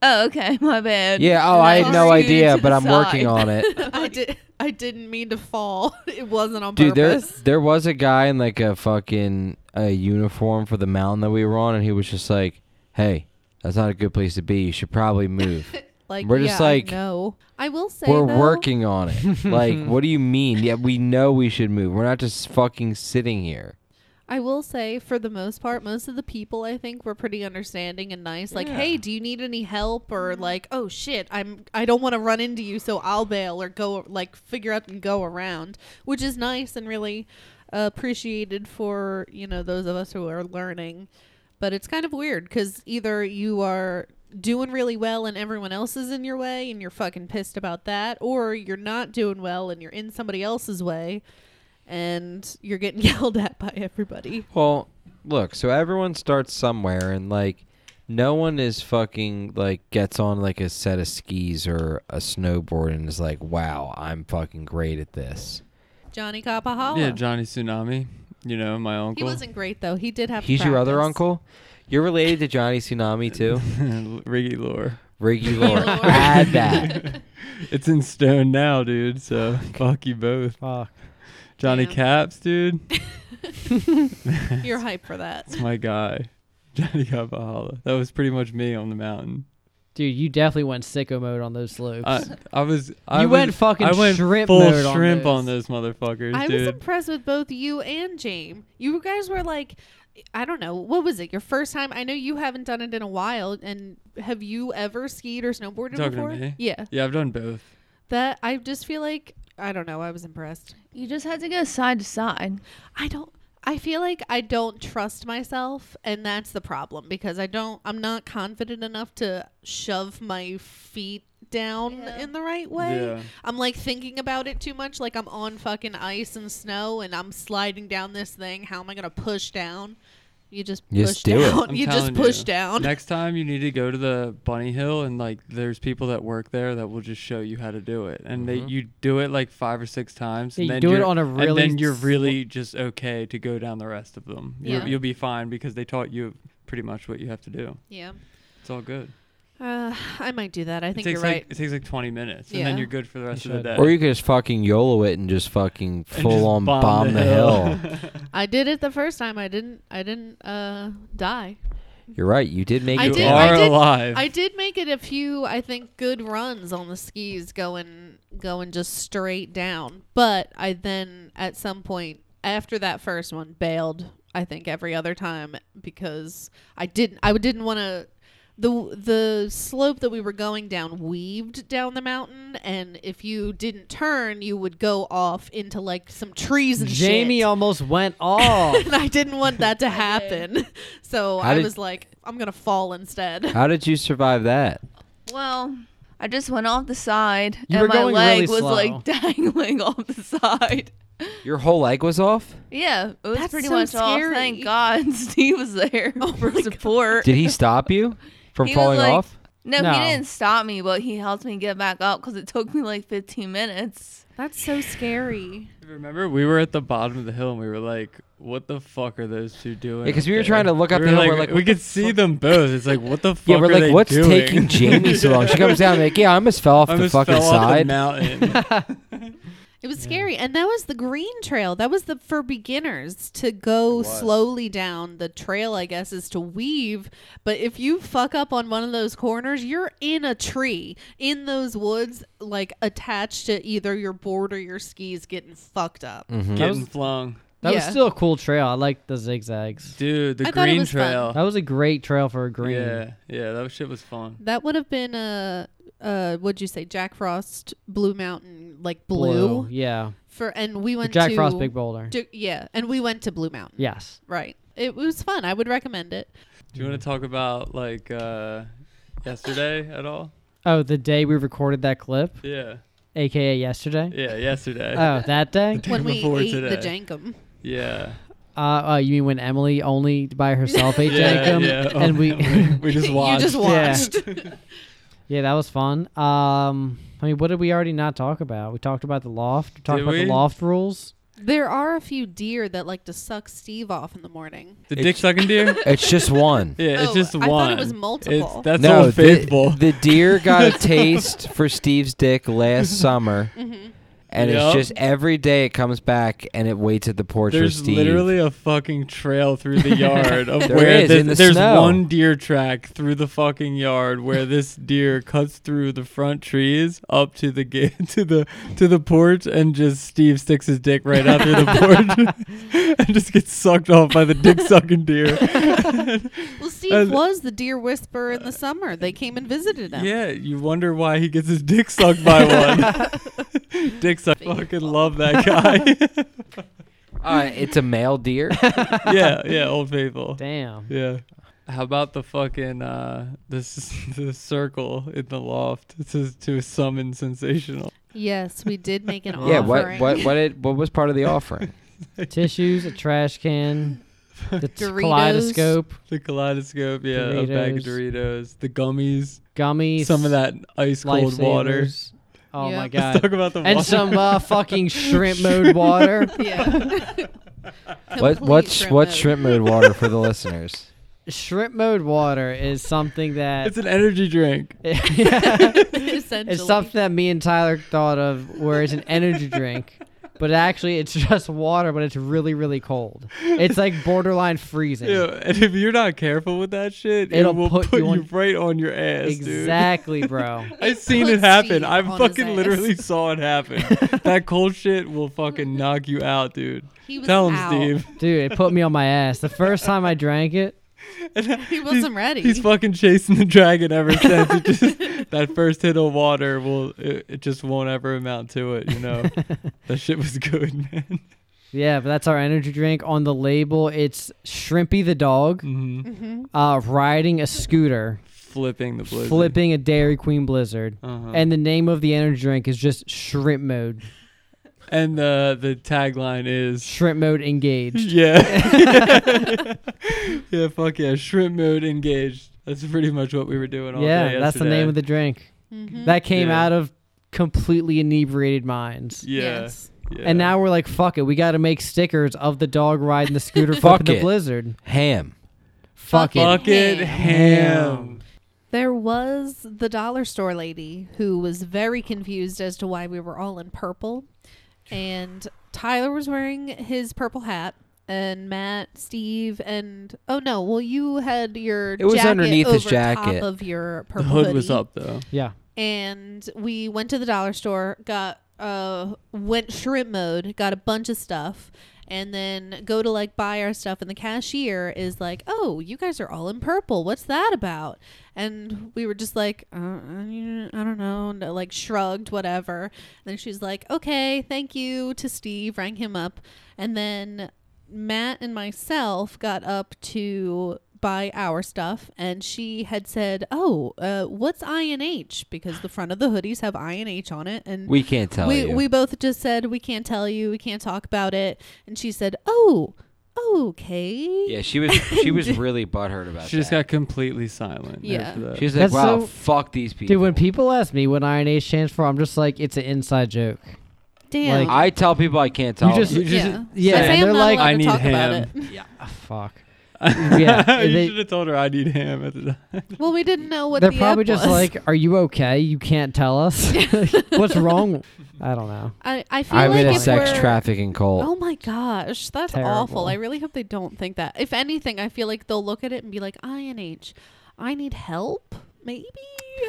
Speaker 3: "Oh, okay, (laughs) my bad."
Speaker 2: Yeah. Oh,
Speaker 3: And
Speaker 2: I had no
Speaker 3: scooted
Speaker 2: idea,
Speaker 3: to
Speaker 2: but
Speaker 3: the
Speaker 2: I'm working
Speaker 3: side.
Speaker 2: on it.
Speaker 3: (laughs)
Speaker 4: I did. I didn't mean to fall. (laughs) It wasn't on
Speaker 2: Dude, there
Speaker 4: purpose.
Speaker 2: there was a guy in like a fucking a uniform for the mountain that we were on, and he was just like, "Hey, that's not a good place to be. You should probably move.
Speaker 4: (laughs) Like
Speaker 2: we're just
Speaker 4: yeah, I
Speaker 2: like-
Speaker 4: know. I will say
Speaker 2: we're
Speaker 4: though,
Speaker 2: working on
Speaker 4: (laughs)
Speaker 2: it. like, what do you mean? Yeah, we know we should move. We're not just fucking sitting here.
Speaker 4: I will say, for the most part, most of the people I think were pretty understanding and nice. Like, hey, do you need any help? Or like, oh shit, I'm I don't want to run into you, so I'll bail or go like figure out and go around, which is nice and really appreciated for you know those of us who are learning. But it's kind of weird because either you are doing really well and everyone else is in your way and you're fucking pissed about that, or you're not doing well and you're in somebody else's way. And you're getting (laughs) yelled at by everybody.
Speaker 2: Well, look, so everyone starts somewhere, and like, no one is fucking like gets on like a set of skis or a snowboard and is like, "Wow, I'm fucking great at this."
Speaker 4: Johnny
Speaker 1: Oh.
Speaker 4: Capahala.
Speaker 5: Yeah, Johnny Tsunami. You know, my uncle.
Speaker 4: he wasn't great though. He did have.
Speaker 2: He's your other
Speaker 4: practice.
Speaker 2: uncle. You're related to Johnny Tsunami
Speaker 4: (laughs)
Speaker 2: too.
Speaker 5: (laughs) Riggy lore.
Speaker 2: Riggy Lord.
Speaker 4: Lord.
Speaker 2: Add
Speaker 4: (laughs)
Speaker 2: that.
Speaker 5: It's in stone now,
Speaker 1: (laughs)
Speaker 5: dude. So fuck you both.
Speaker 6: Fuck.
Speaker 5: Johnny
Speaker 4: Damn.
Speaker 1: (laughs)
Speaker 5: Caps, dude.
Speaker 4: You're hype
Speaker 5: (laughs)
Speaker 4: for that.
Speaker 5: That's my guy. Johnny Capahala. That was pretty much me on the mountain.
Speaker 6: Dude, you definitely went sicko mode on those slopes.
Speaker 5: I, I was. I
Speaker 6: You
Speaker 5: was-
Speaker 6: went fucking
Speaker 5: I went
Speaker 6: shrimp
Speaker 5: full
Speaker 6: mode on
Speaker 5: shrimp
Speaker 6: those.
Speaker 5: on those motherfuckers,
Speaker 4: I was
Speaker 5: dude.
Speaker 4: impressed with both you and James. You guys were like, I don't know, what was it? Your first time? I know you haven't done it in a while. And have you ever skied or snowboarded
Speaker 5: Talking to
Speaker 4: before?
Speaker 5: me?
Speaker 4: Yeah,
Speaker 5: yeah, I've done both.
Speaker 4: that I just feel like I don't know. I was impressed.
Speaker 3: You just had to go side to side.
Speaker 4: I don't. I feel like I don't trust myself, and that's the problem because I don't. I'm not confident enough to shove my feet down
Speaker 3: Yeah.
Speaker 4: in the right way.
Speaker 5: Yeah.
Speaker 4: I'm like thinking about it too much. Like I'm on fucking ice and snow, and I'm sliding down this thing. How am I gonna push down? You just
Speaker 2: You
Speaker 4: push
Speaker 2: just do it.
Speaker 4: down. (laughs)
Speaker 5: I'm
Speaker 4: You just
Speaker 5: telling
Speaker 4: push
Speaker 6: (laughs)
Speaker 5: you.
Speaker 4: down.
Speaker 5: Next time you need to go to the bunny hill and like there's people that work there that will just show you how to do it. And they you do it like five or six times
Speaker 6: Mm-hmm. Yeah,
Speaker 5: and
Speaker 6: you
Speaker 5: then
Speaker 6: do it
Speaker 5: you're-
Speaker 6: on a
Speaker 5: and
Speaker 6: really
Speaker 5: then you're
Speaker 6: sl-
Speaker 5: really just okay to go down the rest of them.
Speaker 4: Yeah.
Speaker 5: You're, you'll be fine because they taught you pretty much what you have to do.
Speaker 4: Yeah,
Speaker 5: It's all good.
Speaker 4: uh, I might do that. I
Speaker 5: It
Speaker 4: think
Speaker 5: takes
Speaker 4: you're
Speaker 5: like
Speaker 4: right.
Speaker 5: it takes like 20 minutes and then
Speaker 4: Yeah.
Speaker 5: you're good for the rest of the
Speaker 6: should.
Speaker 5: day.
Speaker 2: Or you could just fucking YOLO it and just fucking
Speaker 5: And
Speaker 2: full
Speaker 5: just
Speaker 2: on bomb, the hill.
Speaker 4: I did it the first time. I didn't. I didn't uh, die.
Speaker 2: You're right. You did make
Speaker 4: I
Speaker 5: you
Speaker 2: it.
Speaker 4: did-
Speaker 2: work.
Speaker 5: are
Speaker 4: I did-
Speaker 5: alive.
Speaker 4: I did make it a few, I think, good runs on the skis going going just straight down. But I then at some point after that first one bailed. I think every other time because I didn't I didn't want to the the slope that we were going down weaved down the mountain and if you didn't turn you would go off into like some trees and
Speaker 6: Jamie
Speaker 4: shit.
Speaker 6: almost went off.
Speaker 4: (laughs) and I didn't want that to happen. (laughs) so
Speaker 2: How
Speaker 4: I
Speaker 2: did-
Speaker 4: was like I'm going to fall instead.
Speaker 2: How did you survive that?
Speaker 3: Well, I just went off the side,
Speaker 6: You
Speaker 3: and
Speaker 6: were
Speaker 3: my
Speaker 6: going
Speaker 3: leg
Speaker 6: really
Speaker 3: was
Speaker 6: slow.
Speaker 3: like (laughs) dangling off the side.
Speaker 2: Your whole leg was off?
Speaker 3: Yeah, it was
Speaker 4: That's
Speaker 3: pretty
Speaker 4: so
Speaker 3: much all.
Speaker 4: scary.
Speaker 3: Thank God (laughs) Steve was there for support.
Speaker 2: Did he stop you from
Speaker 3: He was
Speaker 2: falling
Speaker 3: like-
Speaker 2: off?
Speaker 3: No,
Speaker 6: No.
Speaker 3: he didn't stop me, but he helped me get back up because it took me like 15 minutes.
Speaker 4: That's so scary.
Speaker 5: Remember, we were at the bottom of the hill and we were like, "What the fuck are those two doing?"
Speaker 2: Yeah, 'cause
Speaker 5: up
Speaker 2: we were
Speaker 5: there?"
Speaker 2: trying to look up
Speaker 5: We
Speaker 2: the
Speaker 5: were
Speaker 2: hill,
Speaker 5: Like,
Speaker 2: we're like,
Speaker 5: we
Speaker 2: "What
Speaker 5: could see them both. It's like, what the fuck?
Speaker 2: (laughs) Yeah, we're
Speaker 5: are they
Speaker 2: like, what's
Speaker 5: doing?"
Speaker 2: taking
Speaker 5: (laughs)
Speaker 2: Jamie so long? She comes down and like, yeah, I almost fell off
Speaker 5: I
Speaker 2: the
Speaker 5: almost
Speaker 2: fucking
Speaker 5: fell off the
Speaker 2: side. (laughs)
Speaker 5: mountain.
Speaker 4: It was scary. And that was the green trail. That was the for beginners to go slowly down. The trail, I guess, is to weave. But if you fuck up on one of those corners, you're in a tree in those woods, like attached to either your board or your skis getting fucked up.
Speaker 5: Getting flung.
Speaker 1: Mm. That was
Speaker 7: Yeah.
Speaker 1: still a cool trail. I like the zigzags.
Speaker 5: Dude, the
Speaker 4: I thought it
Speaker 5: green
Speaker 4: was fun.
Speaker 5: trail.
Speaker 1: That was a great trail for a green.
Speaker 5: Yeah, yeah, that shit was fun.
Speaker 4: That would have been a, uh, what'd you say, Jack Frost Blue Mountain, like blue,
Speaker 1: Blue. Yeah.
Speaker 4: for, and we went
Speaker 1: Jack
Speaker 4: to
Speaker 1: Frost Big Boulder.
Speaker 4: Ju- yeah, and we went to Blue Mountain.
Speaker 1: yes.
Speaker 4: Right. It was fun. I would recommend it.
Speaker 5: Do you want to talk about like uh yesterday at all?
Speaker 1: Oh, the day we recorded that clip,
Speaker 5: Yeah,
Speaker 1: aka yesterday.
Speaker 5: yeah, yesterday.
Speaker 1: Oh, that
Speaker 5: (laughs)
Speaker 1: day.
Speaker 5: Day
Speaker 4: when we
Speaker 5: before
Speaker 4: ate the
Speaker 5: today.
Speaker 4: jankum.
Speaker 5: Yeah.
Speaker 1: Uh, uh, you mean when Emily only by herself ate
Speaker 5: (laughs) Yeah,
Speaker 1: Jankum,
Speaker 5: yeah. Oh,
Speaker 1: and we,
Speaker 5: Emily. (laughs)
Speaker 2: (laughs)
Speaker 5: We just
Speaker 4: (laughs) You just watched.
Speaker 1: (laughs) yeah, that was fun. Um, I mean, what did we already not talk about? We talked about the loft. We talked
Speaker 5: Did
Speaker 1: about
Speaker 5: we?
Speaker 1: the loft rules.
Speaker 4: (laughs) There are a few deer that like to suck Steve off in the morning.
Speaker 5: The dick sucking
Speaker 4: (laughs)
Speaker 5: deer?
Speaker 2: It's just one.
Speaker 5: Yeah, it's
Speaker 4: Oh,
Speaker 5: just
Speaker 4: I
Speaker 5: one.
Speaker 4: thought it was
Speaker 5: It's-
Speaker 4: multiple.
Speaker 5: (laughs) that's
Speaker 2: no,
Speaker 5: all faithful.
Speaker 2: The, the deer
Speaker 5: (laughs)
Speaker 2: got a taste for Steve's dick last summer,
Speaker 5: Mm-hmm.
Speaker 2: and
Speaker 5: Yep.
Speaker 2: it's just every day it comes back and it waits at the porch
Speaker 5: there's
Speaker 2: for Steve.
Speaker 5: literally a fucking trail through
Speaker 2: (laughs)
Speaker 5: the yard of
Speaker 2: There
Speaker 5: where
Speaker 2: is,
Speaker 5: this,
Speaker 2: in the
Speaker 5: there's
Speaker 2: snow.
Speaker 5: one deer track through the fucking yard where this deer cuts through the front trees up to the gate (laughs) to the to the porch and just Steve sticks his dick right out through the
Speaker 2: (laughs)
Speaker 5: porch (laughs) and just gets sucked off by the dick sucking deer.
Speaker 4: Well, Steve
Speaker 5: And-
Speaker 4: was the deer whisperer in the summer. They came and visited him.
Speaker 5: Yeah, you wonder why he gets his dick sucked by one.
Speaker 2: (laughs)
Speaker 5: (laughs) dick suck. Fucking love that guy. (laughs)
Speaker 2: Uh, it's a male deer.
Speaker 5: yeah, yeah, old faithful. (laughs)
Speaker 1: Damn.
Speaker 5: Yeah. How about the fucking uh this (laughs) the circle in the loft? It says to summon sensational.
Speaker 4: Yes, we did make (laughs) an
Speaker 2: yeah. What?
Speaker 4: offering.
Speaker 2: What? What? It, what was part of the
Speaker 5: (laughs)
Speaker 2: offering?
Speaker 1: Tissues, a trash can, the t-
Speaker 4: (laughs) Doritos.
Speaker 1: kaleidoscope,
Speaker 5: The kaleidoscope, yeah, a bag of Doritos, the gummies,
Speaker 1: gummies,
Speaker 5: some of that ice cold (laughs) water.
Speaker 1: lifesavers. Oh
Speaker 4: Yeah.
Speaker 1: my
Speaker 5: Let's talk
Speaker 1: god.
Speaker 5: about the water.
Speaker 1: And some uh, fucking shrimp mode water.
Speaker 4: (laughs) Yeah.
Speaker 2: what?
Speaker 4: Complete
Speaker 2: What's
Speaker 4: shrimp
Speaker 2: what's
Speaker 4: mode.
Speaker 2: shrimp mood water for the listeners?
Speaker 5: (laughs)
Speaker 1: Shrimp mode water is something that
Speaker 5: (laughs)
Speaker 1: (laughs)
Speaker 5: it's an energy drink.
Speaker 4: (laughs) Essentially.
Speaker 1: It's something that me and Tyler thought of where it's an energy drink, but actually it's just water, but it's really, really cold. It's like borderline freezing.
Speaker 5: Yeah, and if you're not careful with that shit,
Speaker 1: It'll
Speaker 5: it will
Speaker 1: put
Speaker 5: put,
Speaker 1: you
Speaker 5: you,
Speaker 1: on-
Speaker 5: right on your ass, dude.
Speaker 1: exactly, bro.
Speaker 5: I've seen it
Speaker 4: puts
Speaker 5: happen.
Speaker 4: Steve
Speaker 5: I
Speaker 4: on his
Speaker 5: fucking
Speaker 4: ass.
Speaker 5: literally saw it happen. that cold shit will fucking knock you out, dude.
Speaker 4: He was
Speaker 5: Tell him,
Speaker 4: out.
Speaker 5: Steve.
Speaker 1: Dude, it put me on my ass. The first time I drank it,
Speaker 4: He wasn't ready.
Speaker 5: He's fucking chasing the dragon ever since.
Speaker 1: (laughs)
Speaker 5: It just, that first hit of water will it, it just won't ever amount to it,
Speaker 1: (laughs)
Speaker 5: you know. that shit was good, man.
Speaker 1: yeah, but that's our energy drink. On the label, it's Shrimpy the dog
Speaker 5: Mhm.
Speaker 1: uh, riding a scooter,
Speaker 5: Flipping the blizzard.
Speaker 1: flipping a Dairy Queen Blizzard.
Speaker 5: Uh-huh. And
Speaker 1: And the name of the energy drink is just Shrimp Mode.
Speaker 5: and the the tagline is
Speaker 1: Shrimp Mode engaged.
Speaker 5: (laughs)
Speaker 1: (laughs)
Speaker 5: yeah. yeah, fuck yeah. Shrimp mode engaged. That's pretty much what we were doing all day
Speaker 1: Yeah, that's the name
Speaker 5: yesterday.
Speaker 1: of the drink.
Speaker 4: Mhm.
Speaker 1: That came
Speaker 5: Yeah.
Speaker 1: out of completely inebriated minds.
Speaker 5: yeah,
Speaker 4: Yes.
Speaker 5: yeah.
Speaker 1: And now we're like, fuck it, we got to make stickers of the dog riding the scooter
Speaker 2: Fuck
Speaker 1: flipping the
Speaker 2: it.
Speaker 1: blizzard.
Speaker 2: Ham.
Speaker 1: Fuck, it.
Speaker 5: fuck it ham.
Speaker 1: Ham.
Speaker 4: There was the dollar store lady who was very confused as to why we were all in purple. And Tyler was wearing his purple hat. And Matt, Steve, and oh no, well you had your
Speaker 2: It was
Speaker 4: jacket
Speaker 2: underneath his
Speaker 4: over top
Speaker 2: jacket.
Speaker 4: of your
Speaker 5: The
Speaker 4: purple
Speaker 5: hood was
Speaker 4: hoodie.
Speaker 5: up though.
Speaker 1: Yeah.
Speaker 4: and we went to the dollar store, got uh went shrimp mode, got a bunch of stuff, and then go to like buy our stuff and the cashier is like, "Oh, you guys are all in purple. What's that about?" And we were just like, uh, I don't know, and, uh, like shrugged whatever. And then she's like, "Okay, thank you to Steve." Rang him up. And then Matt and myself got up to buy our stuff, and she had said, "Oh, uh, what's INH?" Because the front of the hoodies have INH on it, and
Speaker 2: We can't tell
Speaker 4: we,
Speaker 2: you.
Speaker 4: we both just said we can't tell you, we can't talk about it. And she said, "Oh, okay."
Speaker 2: yeah, she was she (laughs) was really butthurt about
Speaker 5: She just
Speaker 2: that.
Speaker 5: got completely silent.
Speaker 4: Yeah.
Speaker 5: after that.
Speaker 2: She was like,
Speaker 1: That's
Speaker 2: "Wow,
Speaker 1: so-
Speaker 2: fuck these people."
Speaker 1: Dude, when people ask me what Iron Age stands for, I'm just like, it's an inside joke.
Speaker 4: Damn.
Speaker 1: Like,
Speaker 2: I tell people I can't tell.
Speaker 1: You just-
Speaker 2: them.
Speaker 5: You just-
Speaker 4: yeah.
Speaker 1: yeah,
Speaker 4: I say
Speaker 1: and
Speaker 4: I'm
Speaker 1: they're
Speaker 4: not
Speaker 1: like-
Speaker 4: allowed
Speaker 5: I
Speaker 4: to
Speaker 5: need
Speaker 4: talk about
Speaker 5: ham.
Speaker 4: it.
Speaker 1: Ah, fuck. (laughs) yeah.
Speaker 5: (laughs) you
Speaker 1: they-
Speaker 5: should have told her I need ham at the time.
Speaker 4: Well, we didn't know what
Speaker 1: they're
Speaker 4: the
Speaker 1: probably
Speaker 4: app
Speaker 1: just
Speaker 4: was.
Speaker 1: like, are you okay? You can't tell us? (laughs) What's wrong? I don't know.
Speaker 4: I, I feel
Speaker 2: I'm
Speaker 4: like
Speaker 2: in a
Speaker 4: if
Speaker 2: sex
Speaker 4: we're-
Speaker 2: trafficking cult.
Speaker 4: Oh my gosh, that's awful.
Speaker 1: Terrible.
Speaker 4: I really hope they don't think that. If anything, I feel like they'll look at it and be like, INH, I need help, maybe?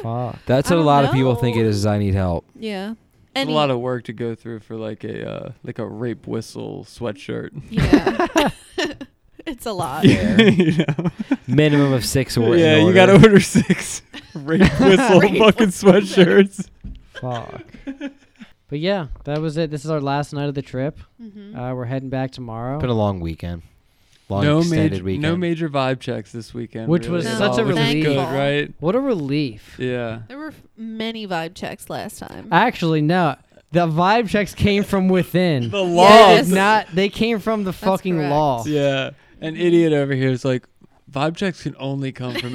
Speaker 1: Fuck.
Speaker 2: That's
Speaker 4: I
Speaker 2: what a
Speaker 4: don't
Speaker 2: lot of people think
Speaker 4: know.
Speaker 2: it is. is I need help.
Speaker 4: Yeah.
Speaker 5: It's
Speaker 4: Any,
Speaker 5: a lot of work to go through for like a uh, like a rape whistle sweatshirt.
Speaker 4: yeah. (laughs) it's a
Speaker 1: Uh,
Speaker 5: (laughs)
Speaker 4: lot.
Speaker 5: you know?
Speaker 2: Minimum of six or
Speaker 5: Yeah, you gotta
Speaker 2: (laughs)
Speaker 5: order
Speaker 1: (laughs)
Speaker 5: six rape whistle
Speaker 4: Rape
Speaker 5: fucking sweatshirts.
Speaker 1: Fuck. but yeah, that was it. This is our last night of the trip.
Speaker 4: Mm-hmm.
Speaker 1: Uh, we're heading back tomorrow.
Speaker 2: Been a long weekend. Long
Speaker 5: no
Speaker 2: extended
Speaker 5: major,
Speaker 2: weekend.
Speaker 5: no major vibe checks this weekend,
Speaker 1: Which
Speaker 5: really,
Speaker 1: was
Speaker 5: at
Speaker 1: such
Speaker 5: all,
Speaker 1: a
Speaker 5: which is
Speaker 1: relief.
Speaker 5: good,
Speaker 4: Thankful.
Speaker 5: right?
Speaker 1: what a relief.
Speaker 5: Yeah.
Speaker 4: There were f- many vibe checks last
Speaker 1: Uh,
Speaker 4: time.
Speaker 1: Actually, no. The vibe checks came from within.
Speaker 5: The
Speaker 1: They
Speaker 5: laws.
Speaker 1: did not. They came from the fucking
Speaker 4: correct.
Speaker 1: law.
Speaker 5: Yeah. An idiot over here is like, vibe checks can only come from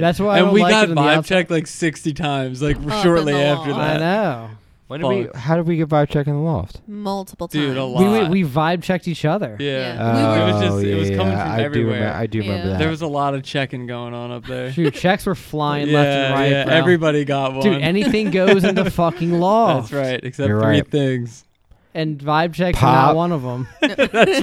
Speaker 1: (laughs) That's why I
Speaker 5: And
Speaker 1: don't
Speaker 5: we
Speaker 1: like
Speaker 5: got
Speaker 1: it on the
Speaker 5: vibe
Speaker 1: outside.
Speaker 5: checked like 60 times, like
Speaker 4: in
Speaker 5: shortly
Speaker 4: the
Speaker 5: after
Speaker 4: law.
Speaker 1: I
Speaker 5: that.
Speaker 1: know.
Speaker 2: When
Speaker 5: did we-
Speaker 2: how did we get vibe check in the loft?
Speaker 4: Multiple times.
Speaker 5: Dude, a lot.
Speaker 1: We, we, we vibe checked each other.
Speaker 5: Yeah.
Speaker 4: Yeah. We were-
Speaker 5: it was just, it was
Speaker 2: Oh, yeah,
Speaker 5: coming from
Speaker 2: I
Speaker 5: everywhere.
Speaker 2: Do remember, I do remember
Speaker 4: Yeah.
Speaker 2: that.
Speaker 5: there (laughs) was a lot of checking going on up there.
Speaker 1: Dude, checks were flying left and
Speaker 5: Yeah,
Speaker 1: right.
Speaker 5: yeah,
Speaker 1: bro.
Speaker 5: Everybody got one.
Speaker 1: Dude, anything goes
Speaker 5: (laughs)
Speaker 1: in the fucking law.
Speaker 5: That's right, except
Speaker 2: You're
Speaker 5: three
Speaker 2: right.
Speaker 5: things. (laughs)
Speaker 1: And vibe checks are
Speaker 2: Pop.
Speaker 1: not one of them.
Speaker 5: That's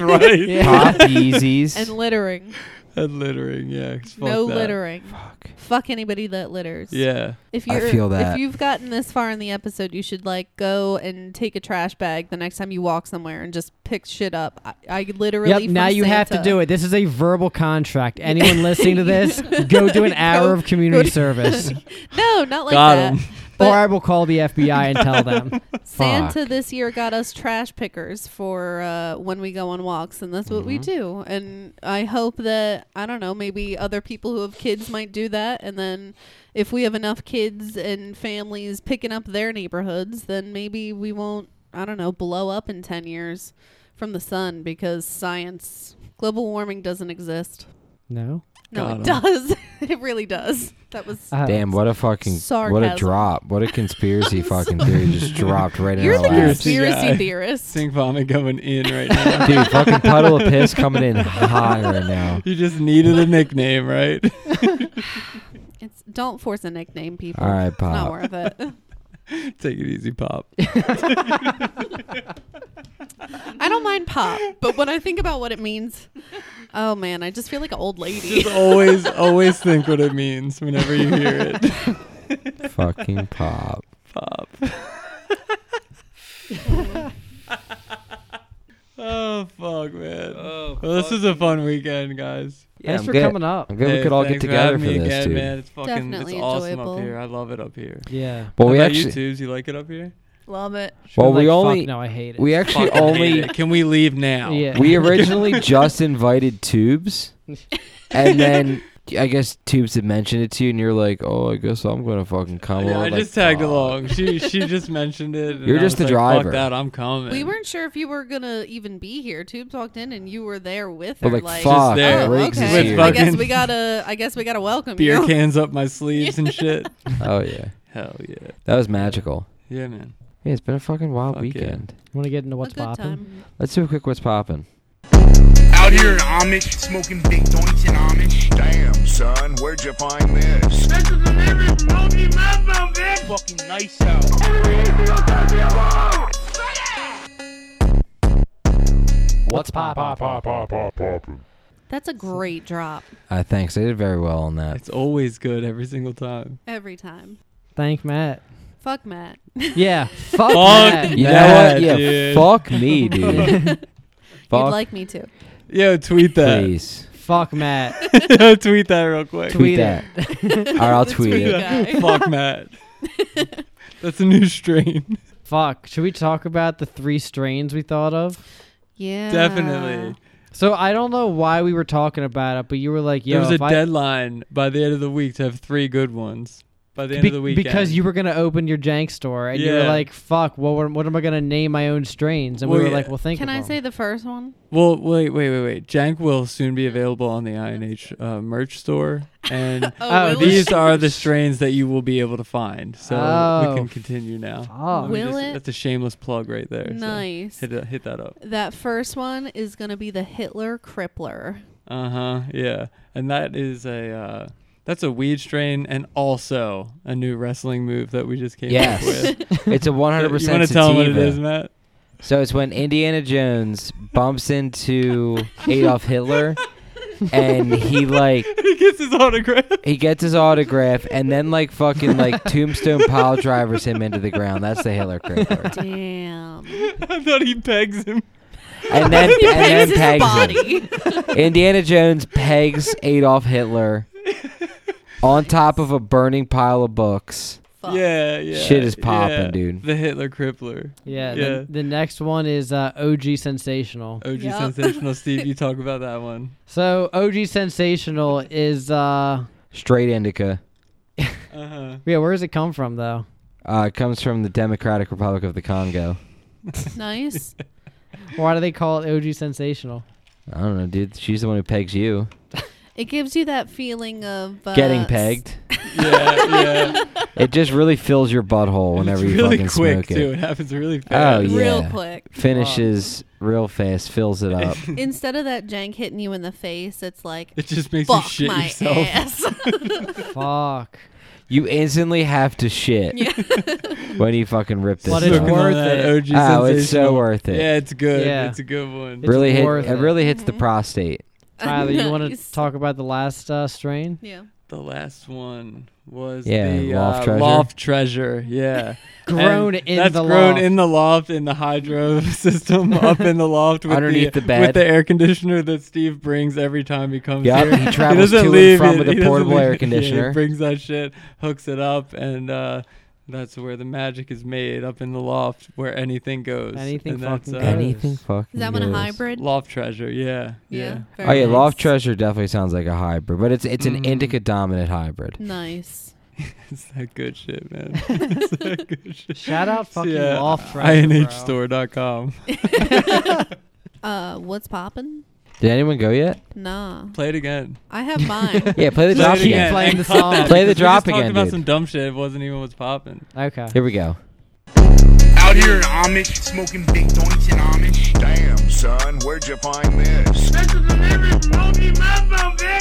Speaker 2: (laughs)
Speaker 5: right.
Speaker 1: Yeah.
Speaker 2: Pop Yeezys.
Speaker 4: (laughs) And littering.
Speaker 5: And littering, yeah. fuck
Speaker 4: no
Speaker 5: that.
Speaker 4: littering. Fuck. anybody that litters.
Speaker 5: Yeah.
Speaker 4: If
Speaker 2: I
Speaker 4: you're
Speaker 2: feel that.
Speaker 4: if you've gotten this far in the episode, you should like go and take a trash bag the next time you walk somewhere and just pick shit up. I, I literally
Speaker 1: Yep, now you have to do it. This is a verbal contract. (laughs) Anyone listening to this, go do an hour of community service.
Speaker 4: No, not like
Speaker 5: got
Speaker 4: that.
Speaker 5: him. (laughs)
Speaker 4: But-
Speaker 1: or I will call the FBI and tell them.
Speaker 4: (laughs)
Speaker 1: (laughs)
Speaker 4: Santa
Speaker 2: Fuck.
Speaker 4: this year got us trash pickers for uh, when we go on walks, and that's what we
Speaker 5: Mm-hmm.
Speaker 4: do. And I hope that I don't know, maybe other people who have kids might do that, and then if we have enough kids and families picking up their neighborhoods, then maybe we won't I don't know blow up in ten years from the sun because science global warming doesn't exist.
Speaker 1: No?
Speaker 4: No, it
Speaker 5: Got
Speaker 4: does. (laughs) it really does. That was
Speaker 1: Uh,
Speaker 2: Damn, what a fucking what
Speaker 4: Sarcasm.
Speaker 2: a drop. What a conspiracy
Speaker 4: I'm
Speaker 2: fucking theory just dropped right in
Speaker 4: you're
Speaker 2: our
Speaker 4: the
Speaker 2: laps.
Speaker 5: conspira-
Speaker 4: conspiracy
Speaker 5: guy. (laughs)
Speaker 4: theorist.
Speaker 5: Sink vomit going in right now.
Speaker 2: Dude, fucking puddle of piss coming in high right now.
Speaker 5: You just needed a nickname, right? (laughs)
Speaker 4: It's don't force a nickname, people.
Speaker 2: All right,
Speaker 4: It's not
Speaker 2: Pop.
Speaker 4: worth it. (laughs)
Speaker 5: Take it easy, Pop.
Speaker 4: I don't mind pop, but when I think about what it means, oh man, I just feel like an old lady.
Speaker 5: Just always, always think what it means whenever you hear it.
Speaker 2: fucking pop.
Speaker 5: Pop. (laughs) oh fuck, man. well, this is a fun weekend, guys.
Speaker 2: Yeah,
Speaker 1: Thanks
Speaker 2: I'm
Speaker 1: for
Speaker 2: good.
Speaker 1: coming up.
Speaker 2: I'm glad we
Speaker 5: Hey,
Speaker 2: could all get
Speaker 5: thanks for
Speaker 2: together
Speaker 5: having
Speaker 2: for
Speaker 5: me
Speaker 2: this,
Speaker 5: again,
Speaker 2: dude.
Speaker 5: man. It's fucking,
Speaker 4: Definitely
Speaker 5: it's awesome
Speaker 4: enjoyable.
Speaker 5: up here. I love it up here.
Speaker 1: Yeah.
Speaker 2: Well,
Speaker 5: How
Speaker 2: we
Speaker 5: about
Speaker 2: actually,
Speaker 5: you twos, you like it up here?
Speaker 3: Love it.
Speaker 2: Well,
Speaker 1: Like,
Speaker 2: we
Speaker 1: fuck,
Speaker 2: only-
Speaker 1: No, I hate it.
Speaker 2: we actually
Speaker 5: Fucking hate
Speaker 2: only
Speaker 5: it. Can we leave now?
Speaker 1: Yeah.
Speaker 2: we originally just invited Tubes, and then I guess Tubes had mentioned it to you, and you're like, "Oh, I guess I'm gonna fucking come."
Speaker 5: Yeah,
Speaker 2: along."
Speaker 5: I
Speaker 2: Oh, Like,
Speaker 5: just tagged
Speaker 2: fuck.
Speaker 5: along. She she just mentioned it. and
Speaker 2: You're
Speaker 5: I
Speaker 2: just
Speaker 5: was
Speaker 2: the
Speaker 5: like,
Speaker 2: driver.
Speaker 5: Fuck that, I'm coming.
Speaker 4: (laughs) we weren't sure if you were gonna even be here. Tubes walked in and you were there with her.
Speaker 2: But like,
Speaker 4: like,
Speaker 2: fuck,
Speaker 5: Just there.
Speaker 4: oh,
Speaker 2: Riggs
Speaker 4: okay.
Speaker 5: With
Speaker 2: is
Speaker 4: I
Speaker 2: here.
Speaker 4: guess
Speaker 5: fucking-
Speaker 4: we gotta. I guess we gotta welcome
Speaker 5: beer
Speaker 4: (laughs) you.
Speaker 5: cans up my sleeves
Speaker 4: (laughs)
Speaker 5: and shit.
Speaker 2: Oh yeah,
Speaker 5: Hell yeah,
Speaker 2: that was magical.
Speaker 5: yeah, man.
Speaker 2: Yeah, it's been a fucking wild
Speaker 5: Fuck yeah.
Speaker 2: weekend.
Speaker 1: want to get into
Speaker 4: A
Speaker 1: what's
Speaker 4: good
Speaker 1: popping?
Speaker 4: time.
Speaker 2: Let's do a quick what's poppin'.
Speaker 8: Out here in Amish, smoking big joints in Amish.
Speaker 9: Damn, son, where'd you find this?
Speaker 8: This is an Amish movie memo, bitch. Fucking nice out.
Speaker 2: What's pop pop pop pop?
Speaker 4: That's a great drop
Speaker 2: Uh, thanks. I did very well on that.
Speaker 5: It's always good every single time.
Speaker 4: every time.
Speaker 1: Thank Matt.
Speaker 4: Fuck Matt. (laughs)
Speaker 1: Yeah. Fuck
Speaker 5: Fuck.
Speaker 1: Matt.
Speaker 2: You know
Speaker 5: Yeah,
Speaker 2: what? Yeah,
Speaker 5: dude.
Speaker 2: fuck me, dude.
Speaker 5: (laughs)
Speaker 4: You'd
Speaker 2: fuck,
Speaker 4: like me to.
Speaker 5: Yo, tweet that. (laughs)
Speaker 2: please.
Speaker 1: Fuck Matt.
Speaker 5: tweet that real quick.
Speaker 1: Tweet
Speaker 2: Tweet that. All right,
Speaker 5: (laughs)
Speaker 2: I'll tweet it.
Speaker 4: guy.
Speaker 1: (laughs)
Speaker 5: Fuck Matt. That's a new strain.
Speaker 1: Fuck. Should we talk about the three strains we thought of?
Speaker 4: Yeah.
Speaker 1: Uh,
Speaker 5: (laughs) Definitely.
Speaker 1: So I don't know why we were talking about it, but you were like, "Yo,
Speaker 5: there was a
Speaker 1: if I-
Speaker 5: deadline by the end of the week to have three good ones by the end
Speaker 1: Be-
Speaker 5: of the weekend.
Speaker 1: because you were gonna open your jank store, and you were
Speaker 5: Yeah.
Speaker 1: like, "Fuck, what? were- What am I gonna name my own strains?" And we
Speaker 5: Well,
Speaker 1: were
Speaker 5: yeah.
Speaker 1: like, "Well, think."
Speaker 4: Can
Speaker 1: of
Speaker 4: I
Speaker 1: 'em."
Speaker 4: say the first one?
Speaker 5: Well, wait, wait, wait, wait. Jank will soon be available on the INH uh, merch store,
Speaker 1: (laughs)
Speaker 5: and
Speaker 1: Oh,
Speaker 4: will
Speaker 5: these
Speaker 4: it?
Speaker 5: are the strains that you will be able to find. So
Speaker 1: Oh.
Speaker 5: we can continue now.
Speaker 1: Fuck.
Speaker 5: We
Speaker 4: Will it?
Speaker 5: That's a shameless plug right there. so
Speaker 4: Nice.
Speaker 5: hit, that- hit that up.
Speaker 4: That first one is gonna be the Hitler Crippler.
Speaker 5: Uh huh. Yeah, and that is a uh, that's a weed strain, and also a new wrestling move that we just came
Speaker 2: Yes.
Speaker 5: up with.
Speaker 2: It's a 100%
Speaker 5: you want to tell 'em what it
Speaker 2: sativa.
Speaker 5: is, Matt? (laughs)
Speaker 2: So it's when Indiana Jones bumps into Adolf Hitler and he like
Speaker 5: (laughs) he gets his autograph.
Speaker 2: he gets his autograph and then like fucking like tombstone pile drivers him into the ground. That's the Hiller
Speaker 5: (laughs)
Speaker 2: Crippler. (laughs)
Speaker 4: Damn.
Speaker 5: I thought he pegs him.
Speaker 2: And then
Speaker 4: He
Speaker 2: and then
Speaker 4: pegs his
Speaker 2: pegs him.
Speaker 4: body.
Speaker 2: Indiana Jones pegs Adolf
Speaker 5: (laughs)
Speaker 2: Hitler on top of a burning pile of books. (laughs)
Speaker 4: Fuck.
Speaker 5: Yeah, yeah.
Speaker 2: Shit is popping,
Speaker 5: yeah.
Speaker 2: dude.
Speaker 5: The Hitler Crippler.
Speaker 6: Yeah.
Speaker 5: Yeah.
Speaker 6: The, the next one is uh, OG Sensational.
Speaker 5: OG
Speaker 4: Yup.
Speaker 5: Sensational Steve, you talk about that
Speaker 4: (laughs)
Speaker 5: one.
Speaker 6: So OG Sensational is uh
Speaker 2: Straight indica.
Speaker 5: Uh-huh.
Speaker 6: yeah. Where does it come from though?
Speaker 2: Uh, it comes from the Democratic Republic of the Congo.
Speaker 4: Nice.
Speaker 6: Why do they call it OG Sensational?
Speaker 2: I don't know, dude. She's the one who pegs you.
Speaker 4: It gives you that feeling of uh,
Speaker 2: Getting pegged.
Speaker 5: Yeah, yeah.
Speaker 2: It just really fills your butthole (laughs) whenever
Speaker 5: (laughs) it's
Speaker 2: you
Speaker 5: really
Speaker 2: fucking
Speaker 5: quick
Speaker 2: smoke
Speaker 5: too. It
Speaker 2: it.
Speaker 5: happens really fast.
Speaker 2: Oh, yeah.
Speaker 4: Real quick.
Speaker 2: Finishes real fast, fills it
Speaker 5: (laughs)
Speaker 2: up.
Speaker 4: Instead of that jank hitting you in the face, it's like
Speaker 5: It just makes
Speaker 4: fuck
Speaker 5: you shit
Speaker 4: my
Speaker 5: yourself.
Speaker 4: ass.
Speaker 5: (laughs)
Speaker 4: (laughs)
Speaker 6: Fuck.
Speaker 2: You instantly have to shit (laughs) when you fucking rip this.
Speaker 6: But it's
Speaker 2: up.
Speaker 5: Smoking on
Speaker 6: worth
Speaker 5: that
Speaker 6: it.
Speaker 5: OG
Speaker 2: Oh, it's so
Speaker 5: Sensational.
Speaker 2: worth it.
Speaker 5: Yeah, it's good.
Speaker 6: Yeah.
Speaker 5: It's a good one.
Speaker 6: It's
Speaker 2: really hit,
Speaker 6: worth
Speaker 2: it
Speaker 6: it.
Speaker 2: really hits
Speaker 5: Mm-hmm.
Speaker 2: the prostate.
Speaker 6: Tyler, you want
Speaker 4: Nice.
Speaker 6: to talk about the last uh, strain?
Speaker 4: yeah.
Speaker 5: The last one was
Speaker 2: Yeah,
Speaker 5: the
Speaker 2: loft
Speaker 5: uh,
Speaker 2: treasure.
Speaker 5: loft treasure. Yeah,
Speaker 6: Grown
Speaker 5: And
Speaker 6: in
Speaker 5: (laughs) that's
Speaker 6: the
Speaker 5: grown
Speaker 6: loft.
Speaker 5: in the loft in the hydro (laughs) system up in the loft with
Speaker 2: Underneath
Speaker 5: the,
Speaker 2: the bed.
Speaker 5: (laughs) with the air conditioner that Steve brings every time he comes
Speaker 2: Yep,
Speaker 5: here.
Speaker 2: he
Speaker 5: (laughs) He
Speaker 2: travels
Speaker 5: doesn't
Speaker 2: to
Speaker 5: leave
Speaker 2: and from
Speaker 5: it-
Speaker 2: with
Speaker 5: he
Speaker 2: a
Speaker 5: doesn't
Speaker 2: portable
Speaker 5: leave
Speaker 2: air
Speaker 5: it. (laughs) Yeah, he
Speaker 2: conditioner.
Speaker 5: brings that shit, hooks it up, and uh, that's where the magic is made up in the loft where anything goes.
Speaker 6: Anything
Speaker 5: and that's,
Speaker 6: fucking
Speaker 5: uh,
Speaker 6: goes.
Speaker 2: Anything fucking
Speaker 4: Is that one a
Speaker 2: goes.
Speaker 4: hybrid?
Speaker 5: Loft treasure. Yeah. Yeah.
Speaker 4: very
Speaker 2: Oh yeah,
Speaker 4: nice.
Speaker 2: Loft Treasure definitely sounds like a hybrid, but it's it's an
Speaker 5: Mhm.
Speaker 2: indica dominant hybrid.
Speaker 4: Nice.
Speaker 5: It's that good
Speaker 6: (laughs)
Speaker 5: shit, man. it's that good shit.
Speaker 6: Shout out fucking
Speaker 5: yeah,
Speaker 6: off
Speaker 5: INHstore.com.
Speaker 4: Uh, what's poppin'?
Speaker 2: Did anyone go yet?
Speaker 4: Nah,
Speaker 5: Play it again.
Speaker 4: I have mine.
Speaker 2: (laughs) Yeah, play the
Speaker 5: Play
Speaker 2: drop
Speaker 5: it again.
Speaker 2: again.
Speaker 6: Playing
Speaker 5: (laughs)
Speaker 6: the
Speaker 5: And cut
Speaker 6: song.
Speaker 5: that,
Speaker 2: Play the
Speaker 5: because we
Speaker 2: drop
Speaker 5: just
Speaker 2: again,
Speaker 5: Talked about
Speaker 2: dude.
Speaker 5: some dumb shit. It wasn't even what's popping.
Speaker 6: Okay.
Speaker 2: Here we go.
Speaker 8: Out here in Amish, smoking big joints in Amish.
Speaker 10: Damn, son, where'd you find this?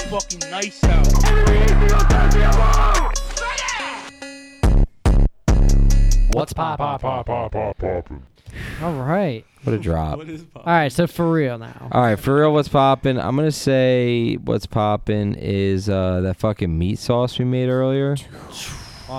Speaker 8: Fucking nice out.
Speaker 2: What's pop pop pop?
Speaker 6: All right.
Speaker 2: What a drop.
Speaker 5: What is popping?
Speaker 6: All right. So for real now.
Speaker 2: All right, for real, what's poppin'? I'm gonna say what's poppin' is uh, that fucking meat sauce we made earlier.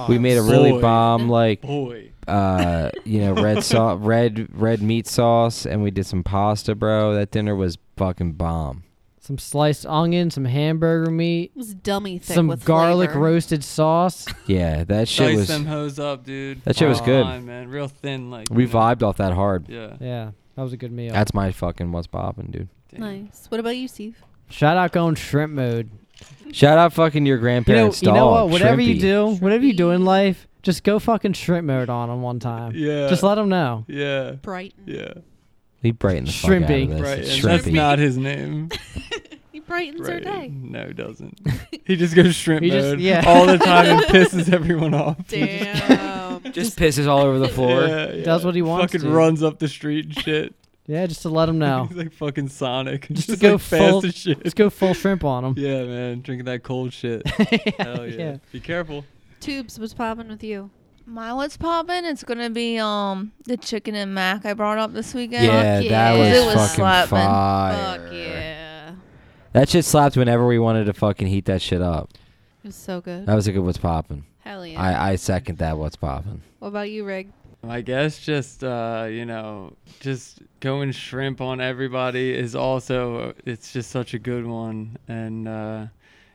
Speaker 2: We made a really
Speaker 5: boy.
Speaker 2: bomb like
Speaker 5: Boy.
Speaker 2: uh, you know red sauce, red red meat sauce, and we did some pasta, bro. That dinner was fucking bomb.
Speaker 6: Some sliced onion, some hamburger meat,
Speaker 4: It was dummy thick
Speaker 6: some
Speaker 4: with
Speaker 6: garlic
Speaker 4: flavor.
Speaker 6: roasted sauce. (laughs)
Speaker 2: Yeah, that shit
Speaker 5: Dice
Speaker 2: was.
Speaker 5: them hoes up, dude.
Speaker 2: That shit was
Speaker 5: Come
Speaker 2: good.
Speaker 5: on, man. Real thin, like.
Speaker 2: We
Speaker 5: you know.
Speaker 2: vibed off that hard.
Speaker 5: Yeah.
Speaker 6: yeah, that was a good meal.
Speaker 2: That's my fucking what's poppin', dude.
Speaker 5: Damn.
Speaker 4: Nice. What about you, Steve?
Speaker 6: Shout out going shrimp mode.
Speaker 2: Shout out fucking your
Speaker 6: You know,
Speaker 2: grandparents.
Speaker 6: you know
Speaker 2: dog,
Speaker 6: what? Whatever you
Speaker 2: Shrimpy.
Speaker 6: do, whatever you do in life, just go fucking shrimp mode on them one time.
Speaker 5: Yeah.
Speaker 6: Just let them know.
Speaker 5: Yeah.
Speaker 4: Brighton.
Speaker 5: Yeah.
Speaker 2: we brighten the fuck out
Speaker 6: Shrimpy.
Speaker 2: of this.
Speaker 5: Right.
Speaker 2: It's
Speaker 5: and That's
Speaker 2: shrimpy.
Speaker 5: not
Speaker 6: (laughs)
Speaker 5: his name.
Speaker 4: He brightens our
Speaker 5: Right.
Speaker 4: day.
Speaker 5: No, it doesn't. He just goes shrimp
Speaker 6: He just-
Speaker 5: mode
Speaker 6: yeah.
Speaker 5: all the time
Speaker 6: (laughs)
Speaker 5: and pisses everyone off.
Speaker 2: (laughs)
Speaker 4: Damn.
Speaker 2: just pisses all over the floor.
Speaker 5: Yeah, yeah.
Speaker 6: Does what he wants
Speaker 5: Fucking
Speaker 6: to.
Speaker 5: runs up the street and shit.
Speaker 6: Yeah, just to let them know.
Speaker 5: (laughs) He's like fucking Sonic.
Speaker 6: Just
Speaker 5: Just,
Speaker 6: to go
Speaker 5: like fast
Speaker 6: full-
Speaker 5: as shit.
Speaker 6: just go full shrimp on them.
Speaker 5: (laughs) Yeah, man, drinking that cold shit. Hell yeah.
Speaker 6: yeah.
Speaker 5: Be careful.
Speaker 4: (laughs) Tubes was popping with you.
Speaker 3: My what's poppin'? It's gonna be um the chicken and mac I brought up this weekend.
Speaker 2: Yeah,
Speaker 4: Fuck
Speaker 2: that
Speaker 4: yeah.
Speaker 2: was,
Speaker 4: It was
Speaker 2: fucking
Speaker 3: slapping.
Speaker 2: fire.
Speaker 4: Fuck yeah.
Speaker 2: That shit slapped whenever we wanted to fucking heat that shit up.
Speaker 4: It was so good.
Speaker 2: That was a good what's poppin'.
Speaker 4: Hell Mm-hmm. yeah.
Speaker 2: Uh, I, I second that what's poppin'.
Speaker 4: what about you, Rig?
Speaker 5: I guess just uh, you know, just going shrimp on everybody is also uh, it's just such a good one. And uh,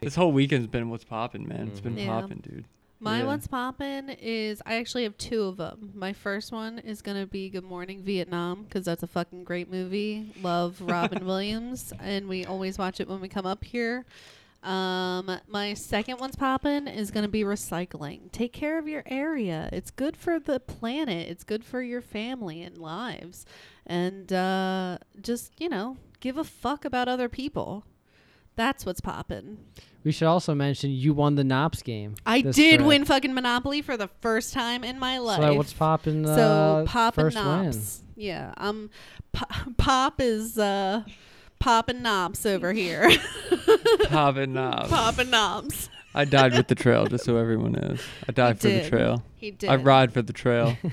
Speaker 5: this whole weekend's been what's popping, man. It's been
Speaker 4: Mhm. Yeah.
Speaker 5: popping, dude.
Speaker 4: My
Speaker 5: Yeah. (laughs)
Speaker 4: what's poppin' is I actually have two of them. My first one is gonna be Good Morning Vietnam because that's a fucking great movie. Love Robin Williams, and we always watch it when we come up here. Um, my second one's poppin' is gonna be recycling. Take care of your area. It's good for the planet. It's good for your family and lives, and uh, just you know, give a fuck about other people. That's what's poppin'.
Speaker 6: We should also mention you won the Knops game.
Speaker 4: I
Speaker 6: this
Speaker 4: did
Speaker 6: trip.
Speaker 4: win fucking Monopoly for the first time in my life.
Speaker 6: So what's popping? Uh,
Speaker 4: So pop and
Speaker 6: first win. (laughs)
Speaker 4: (laughs) Nops. Yeah, um, po- (laughs) pop is uh, pop and Nops over here. (laughs)
Speaker 5: Popping knobs.
Speaker 4: pop and Nops.
Speaker 5: I died
Speaker 4: (laughs)
Speaker 5: with the trail, just so everyone knows. I died for the
Speaker 4: did.
Speaker 5: trail.
Speaker 4: He did.
Speaker 5: I ride for the
Speaker 4: (laughs)
Speaker 5: trail.
Speaker 4: (laughs)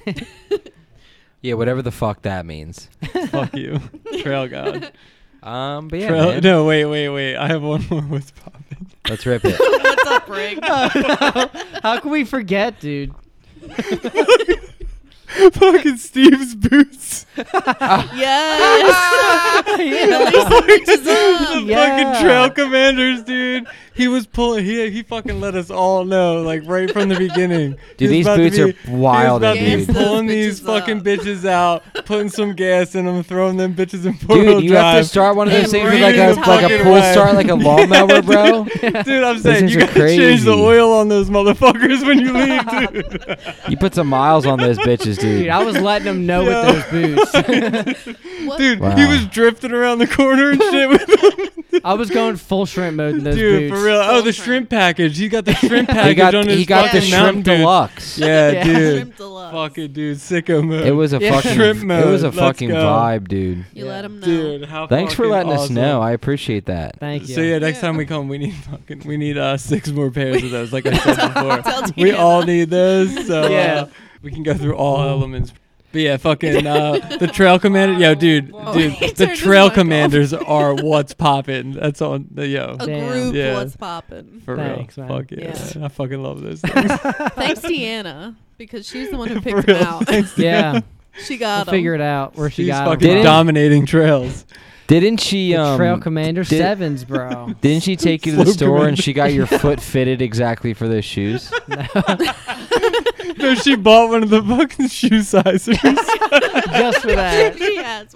Speaker 2: Yeah, whatever the fuck that means.
Speaker 5: Fuck you, trail god.
Speaker 2: Um, but yeah,
Speaker 5: (laughs) Bro,
Speaker 2: man.
Speaker 5: no, wait, wait, wait. I have one more. What's popping?
Speaker 2: let's rip it.
Speaker 4: What's up, Rick?
Speaker 1: How can we forget, dude?
Speaker 5: (laughs) Fucking Steve's boots.
Speaker 4: yes.
Speaker 1: (laughs)
Speaker 5: (laughs) the
Speaker 1: Yeah.
Speaker 5: fucking trail commanders, dude. He was pulling. He he fucking let us all know, like right from the beginning.
Speaker 2: Dude,
Speaker 5: He
Speaker 2: these
Speaker 5: was about to
Speaker 2: boots
Speaker 5: be-
Speaker 2: are
Speaker 5: he was
Speaker 2: wild,
Speaker 5: about to be
Speaker 2: dude.
Speaker 4: Gas those
Speaker 5: pulling these
Speaker 4: bitches
Speaker 5: fucking
Speaker 4: up.
Speaker 5: bitches out, putting some gas in them, throwing them bitches in four wheel
Speaker 2: Dude, you have to
Speaker 5: drive.
Speaker 2: start one of those
Speaker 4: It
Speaker 2: things with like a
Speaker 4: really
Speaker 2: like a
Speaker 4: fucking
Speaker 2: pull
Speaker 5: rhymes.
Speaker 2: start,
Speaker 5: (laughs)
Speaker 2: like a lawnmower, bro.
Speaker 5: Dude, I'm
Speaker 2: Those
Speaker 5: saying
Speaker 2: things
Speaker 5: you
Speaker 2: are
Speaker 5: gotta change
Speaker 2: crazy.
Speaker 5: the oil on those motherfuckers when you leave, dude.
Speaker 2: You put some miles on those bitches, dude.
Speaker 1: Dude, I was letting them know
Speaker 5: Yo.
Speaker 1: with those boots.
Speaker 5: Dude, he
Speaker 2: Wow.
Speaker 5: was drifting around the corner and shit with them.
Speaker 1: I was going full shrimp mode in those
Speaker 5: Dude,
Speaker 1: boots.
Speaker 5: for real. Oh, the
Speaker 4: Full
Speaker 5: shrimp package. He got the shrimp
Speaker 2: (laughs)
Speaker 5: package
Speaker 2: he got
Speaker 5: on his
Speaker 2: he got the
Speaker 5: fucking
Speaker 2: shrimp
Speaker 5: Mountain Dew.
Speaker 2: deluxe.
Speaker 5: Yeah,
Speaker 1: Yeah.
Speaker 5: dude.
Speaker 4: Shrimp deluxe.
Speaker 5: Fuck it, dude. Sicko mode.
Speaker 2: It was a
Speaker 1: Yeah.
Speaker 2: fucking
Speaker 5: Shrimp
Speaker 2: it was a
Speaker 5: mode, let's
Speaker 2: fucking
Speaker 5: go.
Speaker 2: vibe, dude.
Speaker 4: You let him know.
Speaker 5: Dude, how
Speaker 2: Thanks for
Speaker 5: fucking
Speaker 2: letting us
Speaker 5: awesome.
Speaker 2: know. I appreciate that.
Speaker 1: Thank you.
Speaker 5: So yeah, next time we come, we need fucking, we need uh
Speaker 4: (laughs)
Speaker 5: six more pairs of those. Like I said before, we all need those. So yeah,
Speaker 1: Yeah.
Speaker 5: we can go through all elements. But yeah, fucking uh,
Speaker 4: (laughs)
Speaker 5: the trail commander. Yo, dude,
Speaker 4: he
Speaker 5: dude, the
Speaker 4: turned his
Speaker 5: trail
Speaker 4: mic off.
Speaker 5: commanders
Speaker 4: (laughs)
Speaker 5: are what's popping. That's on the yo.
Speaker 4: A
Speaker 1: Damn.
Speaker 4: group
Speaker 5: Yeah.
Speaker 4: what's popping.
Speaker 5: For
Speaker 1: Thanks,
Speaker 5: real,
Speaker 1: man.
Speaker 5: fuck yeah,
Speaker 4: Yeah.
Speaker 5: man. I fucking love those. Things.
Speaker 4: Thanks Deanna because she's the one who
Speaker 5: For
Speaker 4: picked
Speaker 5: real,
Speaker 4: him out.
Speaker 5: thanks.
Speaker 1: Yeah,
Speaker 4: She
Speaker 1: we'll
Speaker 4: got him.
Speaker 1: figure it out (laughs) where she
Speaker 5: She's
Speaker 1: got 'em
Speaker 5: fucking
Speaker 1: from.
Speaker 2: Didn't-
Speaker 1: (laughs)
Speaker 5: dominating trails. (laughs)
Speaker 2: Didn't she
Speaker 1: The
Speaker 2: um
Speaker 1: Trail Commander
Speaker 2: did-
Speaker 1: Sevens, bro.
Speaker 2: didn't she take you to
Speaker 5: Slow
Speaker 2: the store and
Speaker 5: commander.
Speaker 2: she
Speaker 1: (laughs)
Speaker 2: got your foot fitted exactly for those shoes?
Speaker 5: no, she bought one of the fucking
Speaker 1: (laughs)
Speaker 5: shoe sizers.
Speaker 1: Just for
Speaker 4: (laughs)
Speaker 1: that,
Speaker 4: she has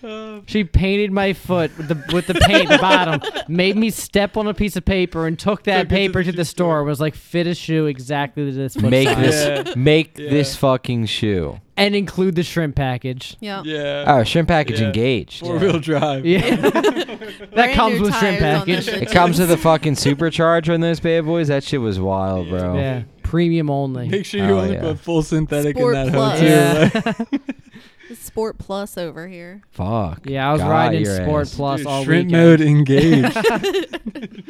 Speaker 4: one.
Speaker 1: she painted my foot with the with the paint the bottom, made me step on a piece of paper, and took that
Speaker 5: Took it to
Speaker 1: paper
Speaker 5: the
Speaker 1: to the
Speaker 5: shoe
Speaker 1: store. Was like fit a shoe exactly to this foot
Speaker 2: Make
Speaker 1: size,
Speaker 2: this
Speaker 5: Yeah.
Speaker 2: make
Speaker 5: Yeah.
Speaker 2: this fucking shoe.
Speaker 1: and include the shrimp package.
Speaker 4: Yeah.
Speaker 5: yeah,
Speaker 2: Oh, shrimp package
Speaker 5: Yeah.
Speaker 2: engaged.
Speaker 5: four wheel drive.
Speaker 1: Yeah, (laughs) that comes with shrimp package.
Speaker 2: It comes with a fucking supercharger on those bad boys. That shit was wild, bro.
Speaker 1: Yeah, premium only.
Speaker 5: Make sure you
Speaker 2: Oh,
Speaker 5: only
Speaker 2: yeah.
Speaker 5: put full synthetic
Speaker 4: Sport
Speaker 5: in that hoe
Speaker 4: plus.
Speaker 5: too.
Speaker 1: Yeah.
Speaker 5: (laughs) like-
Speaker 4: Sport Plus over here.
Speaker 2: Fuck.
Speaker 1: (laughs) Yeah, I was
Speaker 2: God,
Speaker 1: riding in
Speaker 2: your
Speaker 1: Sport
Speaker 2: ass.
Speaker 1: Plus
Speaker 5: Dude,
Speaker 1: all
Speaker 5: shrimp
Speaker 1: weekend. (laughs)
Speaker 5: mode engaged.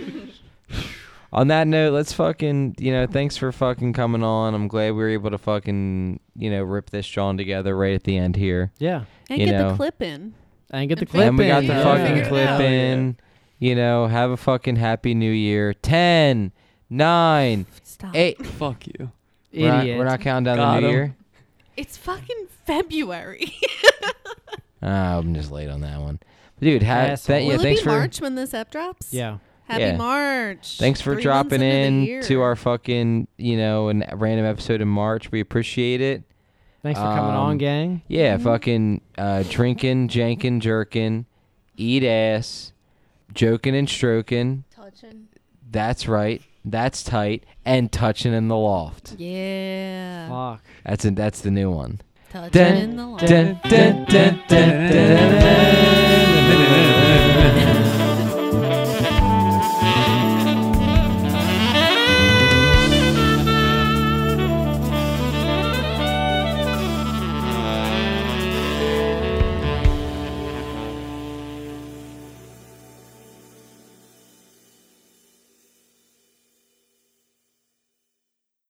Speaker 2: On that note, let's fucking you know, thanks for fucking coming on. I'm glad we were able to fucking you know rip this John together right at the end here,
Speaker 1: Yeah,
Speaker 4: And
Speaker 2: You
Speaker 4: get
Speaker 2: know.
Speaker 4: the clip in.
Speaker 1: and get the
Speaker 4: And
Speaker 1: clip
Speaker 2: and we got
Speaker 1: in,
Speaker 2: the
Speaker 4: yeah.
Speaker 2: fucking
Speaker 4: Figure it
Speaker 2: clip
Speaker 4: out.
Speaker 2: in. You know, have a fucking happy new year. Ten, nine,
Speaker 4: Stop.
Speaker 2: eight.
Speaker 5: Fuck you.
Speaker 2: We're not,
Speaker 1: Idiot.
Speaker 2: we're not counting down
Speaker 5: Got
Speaker 2: the new
Speaker 5: 'em.
Speaker 2: year.
Speaker 4: It's fucking February.
Speaker 2: Ah, I'm just late on that one, dude. Ha-
Speaker 1: Asshole.
Speaker 2: th- (laughs) yeah,
Speaker 4: Will it
Speaker 2: thanks
Speaker 4: be
Speaker 2: for
Speaker 4: March when this app drops?
Speaker 1: Yeah.
Speaker 4: Happy
Speaker 2: Yeah.
Speaker 4: March.
Speaker 2: Thanks for
Speaker 4: Three
Speaker 2: dropping
Speaker 4: months into
Speaker 2: in
Speaker 4: the year.
Speaker 2: to our fucking, you know, an random episode in March. We appreciate it.
Speaker 1: Thanks for coming on,
Speaker 2: Um,
Speaker 1: gang.
Speaker 2: Yeah,
Speaker 4: Mm-hmm.
Speaker 2: fucking uh, drinking, janking, jerking, eat ass, joking and stroking.
Speaker 11: Touching.
Speaker 2: That's right. That's tight. And touching in the loft.
Speaker 4: Yeah.
Speaker 1: Fuck.
Speaker 2: That's a, that's the new one.
Speaker 4: Touching
Speaker 2: Dun,
Speaker 4: in the line.
Speaker 2: dun, dun, dun, dun, dun, dun, dun.